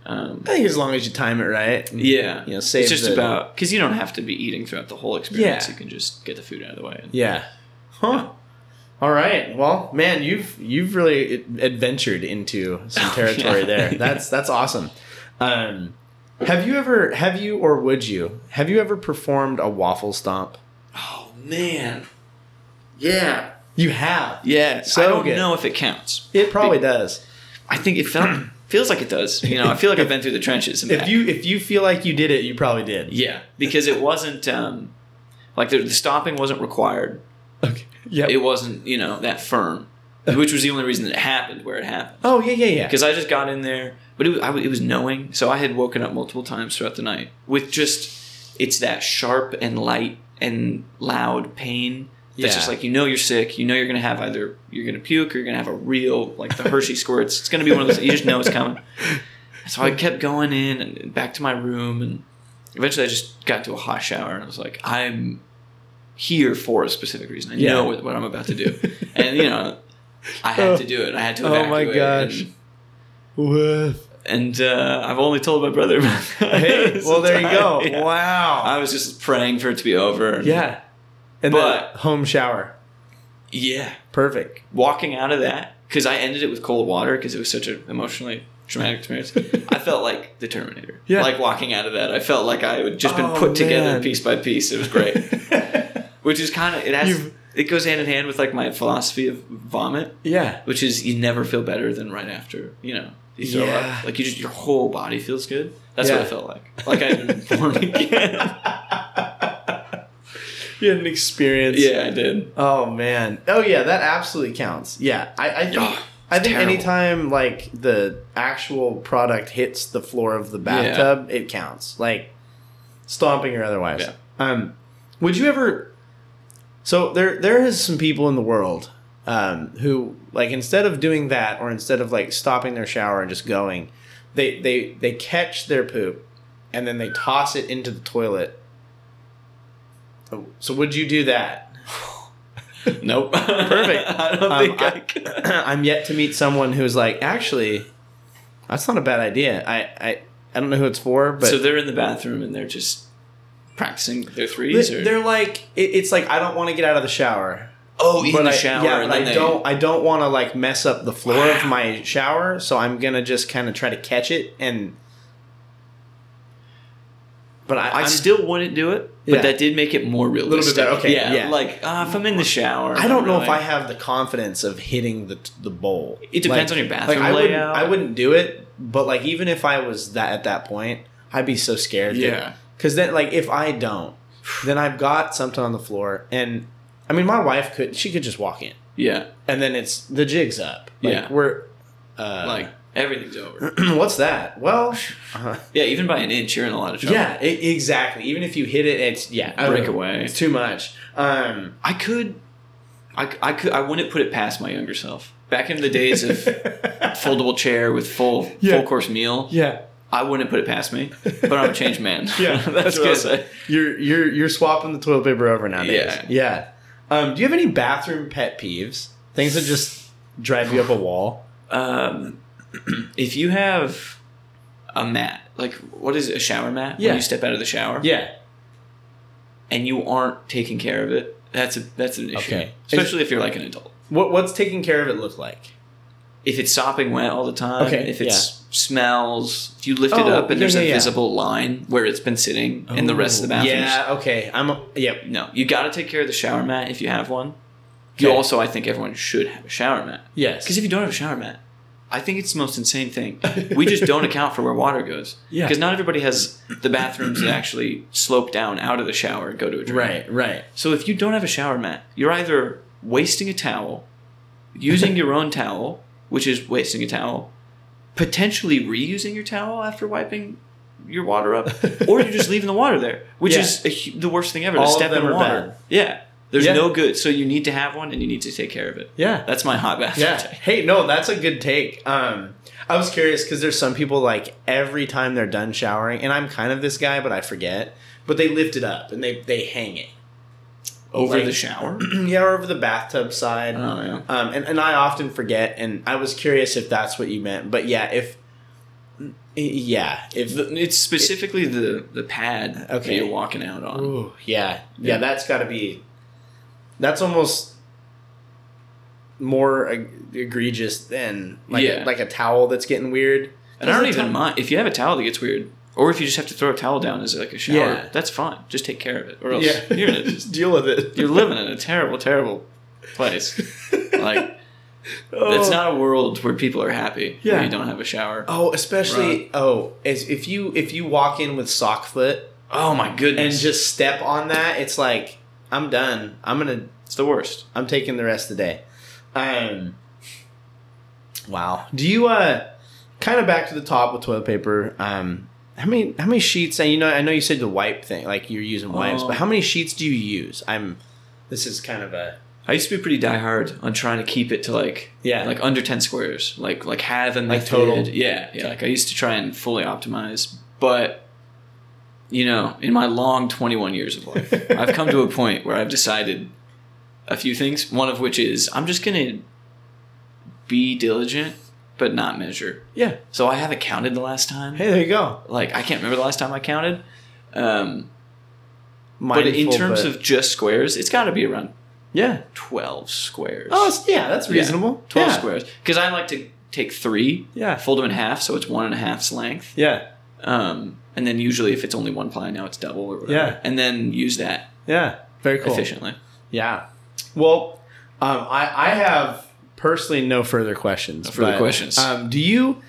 S1: Um,
S2: I think as long as you time it right. and,
S1: yeah,
S2: You know, save
S1: it's just
S2: the-
S1: about because you don't have to be eating throughout the whole experience.
S2: Yeah.
S1: You can just get the food out of the way. And,
S2: Yeah. Huh. All right. Well, man, you've you've really ad- adventured into some
S1: Oh,
S2: territory
S1: yeah.
S2: there. That's that's awesome. Um, have you ever have you or would you have you ever performed a waffle stomp?
S1: oh man, yeah,
S2: You have.
S1: yeah.
S2: So
S1: I don't
S2: good.
S1: know if it counts.
S2: It probably does.
S1: I think it felt feels like it does. You know, I feel like I've been through the trenches. And
S2: If
S1: back.
S2: you if you feel like you did it, you probably did.
S1: yeah, because it wasn't um, like the, the stopping wasn't required.
S2: Okay. Yep.
S1: It wasn't you know that firm, which was the only reason that it happened where it happened.
S2: oh yeah yeah yeah.
S1: Because I just got in there, but it was, I, w- it was knowing. So I had woken up multiple times throughout the night with just it's that sharp and light and loud pain. That's
S2: Yeah.
S1: just like you know you're sick. You know you're gonna have either you're gonna puke or you're gonna have a real like the Hershey squirts. It's gonna be one of those. You just know it's coming. So I kept going in and back to my room, and eventually I just got to a hot shower, and I was like, I'm here for a specific reason. I
S2: Yeah.
S1: know what, what I'm about to do, and you know, I had to do it. I had to.
S2: Oh my
S1: Evacuate
S2: gosh.
S1: and-
S2: Woof.
S1: and uh, I've only told my brother. About that.
S2: Hey, well there you go.
S1: Yeah.
S2: Wow.
S1: I was just praying for it to be over.
S2: yeah. And
S1: But-
S2: then home shower.
S1: yeah.
S2: Perfect.
S1: Walking out of that because I ended it with cold water because it was such an emotionally traumatic experience. I felt like the Terminator.
S2: Yeah.
S1: Like walking out of that, I felt like I had just been
S2: Oh,
S1: put together
S2: man.
S1: piece by piece. It was great, which is kind of it has
S2: You've-
S1: it goes hand in hand with like my philosophy of vomit,
S2: yeah.
S1: which is you never feel better than right after you know you throw
S2: Yeah.
S1: up. Like you just your whole body feels good. That's
S2: Yeah.
S1: what it felt like. Like I had been born again.
S2: You had an experience.
S1: Yeah, I did.
S2: Oh man. Oh yeah, that absolutely counts. Yeah. I, I think
S1: Ugh,
S2: I think
S1: terrible.
S2: anytime like the actual product hits the floor of the bathtub, it counts. Like stomping or otherwise.
S1: Yeah.
S2: Um would you ever So there there is some people in the world um who like instead of doing that or instead of like stopping their shower and just going, they they they catch their poop and then they toss it into the toilet. So- So would you do that?
S1: Nope. Perfect. I don't
S2: Um,
S1: think I,
S2: I-
S1: could.
S2: I'm yet to meet someone who's like, actually, that's not a bad idea. I, I, I don't know who it's for, but
S1: so they're in the bathroom and they're just practicing their threes,
S2: they're,
S1: or
S2: they're like, it, it's like I don't want to get out of the shower,
S1: oh, in
S2: but
S1: the
S2: I,
S1: shower.
S2: yeah,
S1: and
S2: but
S1: then
S2: I
S1: they-
S2: don't, I don't want to like mess up the floor of
S1: Wow.
S2: my shower, so I'm gonna just kind of try to catch it and. But I,
S1: I
S2: I'm-
S1: still wouldn't do it, but
S2: Yeah.
S1: that did make it more
S2: better,
S1: realistic.
S2: okay,
S1: yeah,
S2: yeah.
S1: like uh, if I'm in the shower,
S2: I don't know if
S1: really-
S2: I have the confidence of hitting the the bowl.
S1: It depends
S2: Like-
S1: on your bathroom
S2: like, I wouldn't-
S1: layout.
S2: I wouldn't do it, but like even if I was that at that point, I'd be so scared.
S1: Yeah.
S2: Because then, like, if I don't, then I've got something on the floor, and I mean, my wife could she could just walk in,
S1: Yeah,
S2: and then it's the jig's up. Like,
S1: Yeah.
S2: We're uh,
S1: like everything's over.
S2: what's that? Well, uh,
S1: yeah, even by an inch, you're in a lot of trouble.
S2: yeah, i exactly. Even if you hit it, it's yeah, I don't
S1: break
S2: know.
S1: away.
S2: It's too much. Um,
S1: I could, I, c- I could, I wouldn't put it past my younger self. Back in the days of foldable chair with full
S2: Yeah.
S1: full course meal,
S2: yeah.
S1: I wouldn't put it past me, but I'm a changed man.
S2: Yeah,
S1: that's
S2: that's what I
S1: good.
S2: said. You're you're you're swapping the toilet paper over nowadays.
S1: Yeah.
S2: Yeah. Um, do you have any bathroom pet peeves? Things that just drive you up a wall?
S1: Um, if you have a mat, like what is it, a shower mat?
S2: Yeah.
S1: When you step out of the shower,
S2: Yeah.
S1: and you aren't taking care of it, that's a that's an issue.
S2: Okay.
S1: Especially if you're like an adult.
S2: What what's taking care of it look like?
S1: If it's sopping wet all the time,
S2: Okay,
S1: if it's smells. If you lift it
S2: Oh,
S1: up and
S2: yeah,
S1: there's
S2: yeah,
S1: a
S2: yeah.
S1: visible line where it's been sitting in the rest of the bathrooms.
S2: Yeah. Okay. I'm. Yep.
S1: No, you got to take care of the shower mat if you have one. You
S2: Okay.
S1: also, I think everyone should have a shower mat.
S2: Yes.
S1: Because if you don't have a shower mat, I think it's the most insane thing. We just don't account for where water goes.
S2: Yeah.
S1: Because not everybody has the bathrooms that actually slope down out of the shower and go to a drain.
S2: Right. Right.
S1: So if you don't have a shower mat, you're either wasting a towel, using your own towel, which is wasting a towel, potentially reusing your towel after wiping your water up, or you're just leaving the water there, which
S2: Yeah.
S1: is a, hu- the worst thing ever.
S2: All
S1: to
S2: of
S1: step
S2: them
S1: in
S2: are
S1: water.
S2: bad.
S1: Yeah. There's
S2: Yeah.
S1: no good. So you need to have one and you need to take care of it.
S2: Yeah.
S1: That's my hot bath.
S2: Yeah.
S1: take.
S2: Hey, no, that's a good take. Um, I was curious because there's some people like every time they're done showering, and I'm kind of this guy, but I forget. But they lift it up and they they hang it.
S1: Over
S2: Like-
S1: the shower?
S2: yeah, or over the bathtub side.
S1: Oh, yeah.
S2: Um, and, and I often forget, and I was curious if that's what you meant. But yeah, if yeah, if
S1: The- It's specifically the, the pad
S2: Okay.
S1: that you're walking out on.
S2: Ooh, yeah, yeah,
S1: Yeah.
S2: that's got to be. That's almost more eg- egregious than like
S1: Yeah.
S2: like a towel that's getting weird.
S1: And I don't
S2: Doesn't
S1: even
S2: it-
S1: mind if you have a towel that gets weird, or if you just have to throw a towel down as like a shower.
S2: Yeah.
S1: That's fine. Just take care of it, or else
S2: Yeah,
S1: you're in a,
S2: just deal with it.
S1: you're living in a terrible, terrible place. Like
S2: oh.
S1: it's not a world where people are happy. Yeah,
S2: Yeah.
S1: you don't have a shower. Oh,
S2: Oh, especially oh, as if you if you walk in with sock foot
S1: my
S2: and
S1: goodness,
S2: just step on that, it's like I'm done. I'm gonna
S1: it's the worst.
S2: I'm taking the rest of the day. Um, wow. Do you uh, kind of back to the top with toilet paper? Um, how many how many sheets? And you know, I know you said the wipe thing, like you're using wipes,
S1: Oh.
S2: but how many sheets do you use? I'm. This is kind of a
S1: I used to be pretty diehard on trying to keep it to like
S2: Yeah.
S1: uh, like under ten squares. Like like have a method.
S2: total?
S1: Yeah, yeah. Like I used to try and fully optimize, but you know, in my long twenty one years of life, I've come to a point where I've decided a few things. One of which is I'm just gonna be diligent, but not measure.
S2: yeah.
S1: So I haven't counted the last time.
S2: Hey, there you go.
S1: Like I can't remember the last time I counted. Um, but
S2: Mindful,
S1: in terms
S2: but-
S1: of just squares, it's got to be around
S2: yeah.
S1: twelve squares.
S2: Oh it's- yeah, that's
S1: Yeah.
S2: reasonable.
S1: 12
S2: yeah.
S1: squares. Because I like to take three,
S2: Yeah.
S1: fold them in half, so it's one and a half's length.
S2: Yeah.
S1: Um, and then usually if it's only one ply, now it's double or whatever.
S2: Yeah.
S1: And then use that
S2: Yeah. Very cool.
S1: efficiently.
S2: Yeah. Well, um, I, I have personally no further questions.
S1: further
S2: but,
S1: questions.
S2: Um, do you?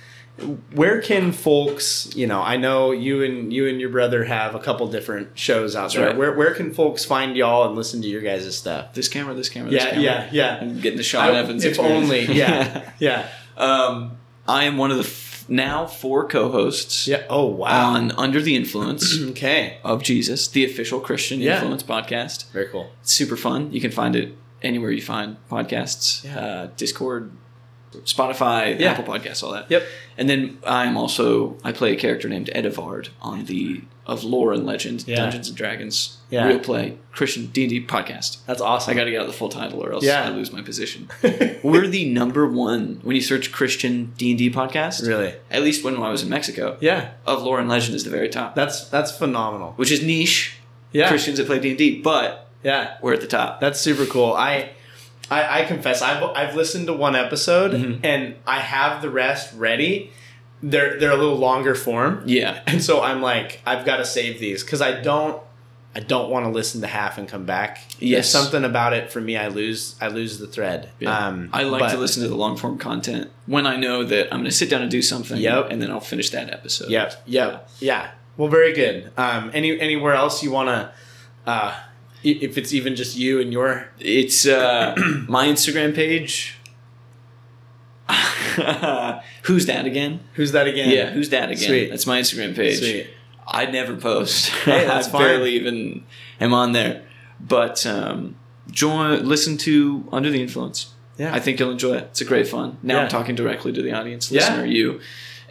S2: Where can folks? You know, I know you and you and your brother have a couple different shows out there.
S1: right.
S2: Where where can folks find y'all and listen to your guys' stuff?
S1: This camera, this camera, this
S2: Yeah,
S1: camera.
S2: yeah, yeah.
S1: I'm getting the Sean
S2: I-
S1: Evans
S2: if
S1: experience.
S2: only. Yeah, yeah,
S1: um, I am one of the f- now four co hosts
S2: yeah. Oh wow.
S1: on Under the Influence
S2: okay.
S1: of Jesus, the official Christian
S2: Yeah.
S1: Influence podcast.
S2: Very cool.
S1: It's super fun. You can find it anywhere you find podcasts
S2: Yeah.
S1: uh, Discord, Spotify,
S2: Yeah.
S1: Apple Podcasts, all that.
S2: Yep.
S1: And then I'm also I play a character named Edivard on the of lore and legend
S2: Yeah.
S1: Dungeons and Dragons
S2: Yeah.
S1: real play Christian D and D podcast.
S2: That's
S1: I
S2: awesome.
S1: got to get out the full title or else
S2: Yeah.
S1: I lose my position. We're the number one when you search Christian D and D podcast.
S2: really.
S1: At least when I was in Mexico,
S2: Yeah.
S1: of lore and legend is the very top,
S2: That's that's phenomenal.
S1: which is niche
S2: Yeah.
S1: Christians that play D and D, but
S2: Yeah.
S1: we're at the top.
S2: That's super cool. I I, I confess I've I've listened to one episode
S1: Mhm.
S2: and I have the rest ready. They're they're a little longer form.
S1: Yeah,
S2: And so I'm like, I've got to save these because I don't I don't want to listen to half and come back. There's
S1: Yes.
S2: something about it for me I lose I lose the thread.
S1: Yeah.
S2: Um
S1: I like
S2: but-
S1: to listen to the long form content when I know that I'm going to sit down and do something,
S2: Yep.
S1: and then I'll finish that episode.
S2: Yep, yep, yeah. Well very good. Um any anywhere else you wanna uh i- if it's even just you and your
S1: It's uh, my Instagram page. who's that again?
S2: who's that again?
S1: Yeah, who's that again?
S2: Sweet.
S1: That's my Instagram page.
S2: Sweet.
S1: I never post.
S2: Hey, that's
S1: I
S2: fine.
S1: barely even am on there. But um, join, listen to Under the Influence.
S2: Yeah.
S1: I think you'll enjoy it. It's a great fun. Now
S2: Yeah.
S1: I'm talking directly to the audience,
S2: Yeah.
S1: listener, you,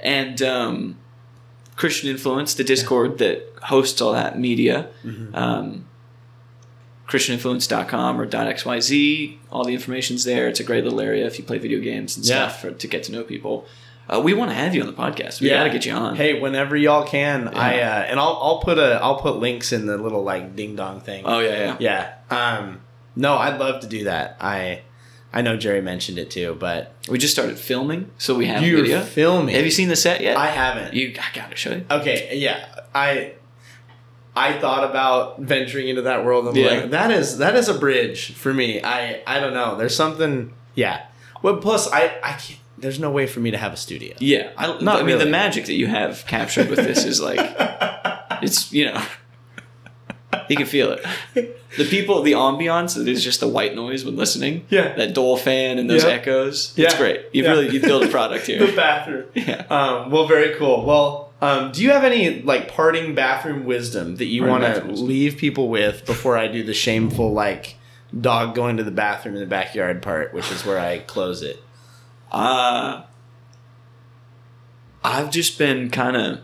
S1: and um, Christian Influence, the Discord that hosts all that media.
S2: Mm-hmm.
S1: Um, ChristianInfluence.com or .xyz. All the information's there. It's a great little area if you play video games and
S2: Yeah.
S1: stuff for, to get to know people. Uh, we want to have you on the podcast. We
S2: Yeah.
S1: got to get you on.
S2: Hey, whenever y'all can, I uh, and I'll I'll put a I'll put links in the little like ding dong thing.
S1: Oh yeah, yeah.
S2: Yeah. Um. No, I'd love to do that. I I know Jerry mentioned it too, but
S1: We just started filming, so we have
S2: you're
S1: video.
S2: filming.
S1: have you seen the set yet?
S2: I haven't.
S1: you, I gotta show you.
S2: okay, yeah, I. I thought about venturing into that world. I'm
S1: Yeah.
S2: like, that is that is a bridge for me. I I don't know. There's something. Yeah. Well, plus I I can't. There's no way for me to have a studio.
S1: Yeah, I,
S2: Not
S1: I mean
S2: really.
S1: the magic that you have captured with this is like it's you know you can feel it. The people, the ambiance that is just the white noise when listening.
S2: Yeah.
S1: that Dole fan and those
S2: Yeah.
S1: echoes.
S2: Yeah.
S1: It's great. You
S2: Yeah.
S1: have really you built a product here.
S2: the bathroom.
S1: Yeah.
S2: Um, well, very cool. Well, um, do you have any like parting bathroom wisdom that you
S1: Parting
S2: want to
S1: bathroom wisdom.
S2: leave people with before I do the shameful like dog going to the bathroom in the backyard part, which is where I close it?
S1: Uh, I've just been kind of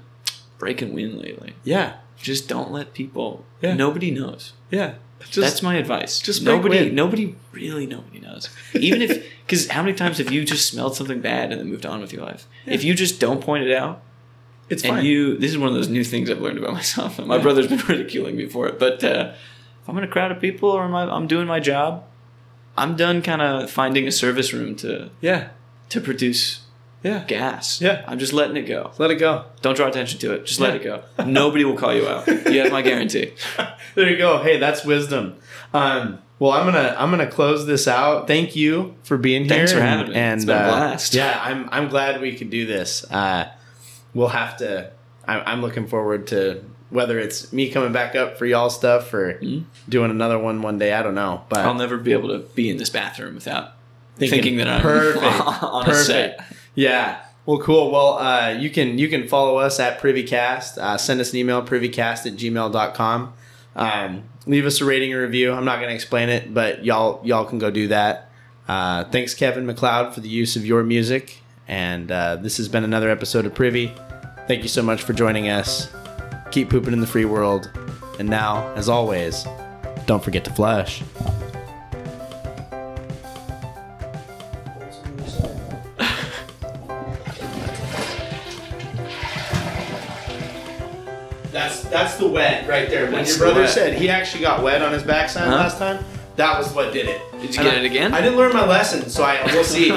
S1: breaking wind lately.
S2: Yeah,
S1: Just don't let people.
S2: Yeah.
S1: Nobody knows.
S2: yeah. Just,
S1: That's my advice.
S2: just break
S1: nobody,
S2: wind.
S1: nobody really, nobody knows. Even if, because how many times have you just smelled something bad and then moved on with your life? If you just don't point it out,
S2: it's
S1: and you, this is one of those new things I've learned about myself. My
S2: Yeah.
S1: brother's been ridiculing me for it, but uh, if I'm in a crowd of people or am I, I'm doing my job, I'm done kind of finding a service room to
S2: yeah,
S1: to produce
S2: yeah.
S1: gas.
S2: Yeah.
S1: I'm just letting it go.
S2: Let it go.
S1: Don't draw attention to it. Just let it go.
S2: Yeah.
S1: Nobody will call you out. You have my guarantee.
S2: there you go. Hey, that's wisdom. Um, well, I'm gonna I'm gonna close this out. Thank you for being here.
S1: Thanks for
S2: and-
S1: having me.
S2: And
S1: It's been a
S2: uh,
S1: blast.
S2: Yeah, I'm I'm glad we could do this. Uh, we'll have to. I'm, I'm looking forward to whether it's me coming back up for y'all stuff or
S1: Mhm.
S2: doing another one one day. I don't know, but
S1: I'll never be able to be in this bathroom without thinking, that I'm
S2: perfect
S1: on a set.
S2: yeah. Well, cool. Well, uh, you can you can follow us at PrivyCast. Uh, send us an email, privycast at gmail.com. Um, leave us a rating and review. I'm not going to explain it, but y'all y'all can go do that. Uh, thanks, Kevin McLeod, for the use of your music. And uh, this has been another episode of Privy. Thank you so much for joining us. Keep pooping in the free world. And now, as always, don't forget to flush. That's that's the wet right there. When
S1: That's
S2: your brother
S1: the wet.
S2: said he actually got wet on his backside
S1: Huh?
S2: last time, that was what did it.
S1: Did you get
S2: And I-
S1: it again?
S2: I didn't learn my lesson, so I we'll see.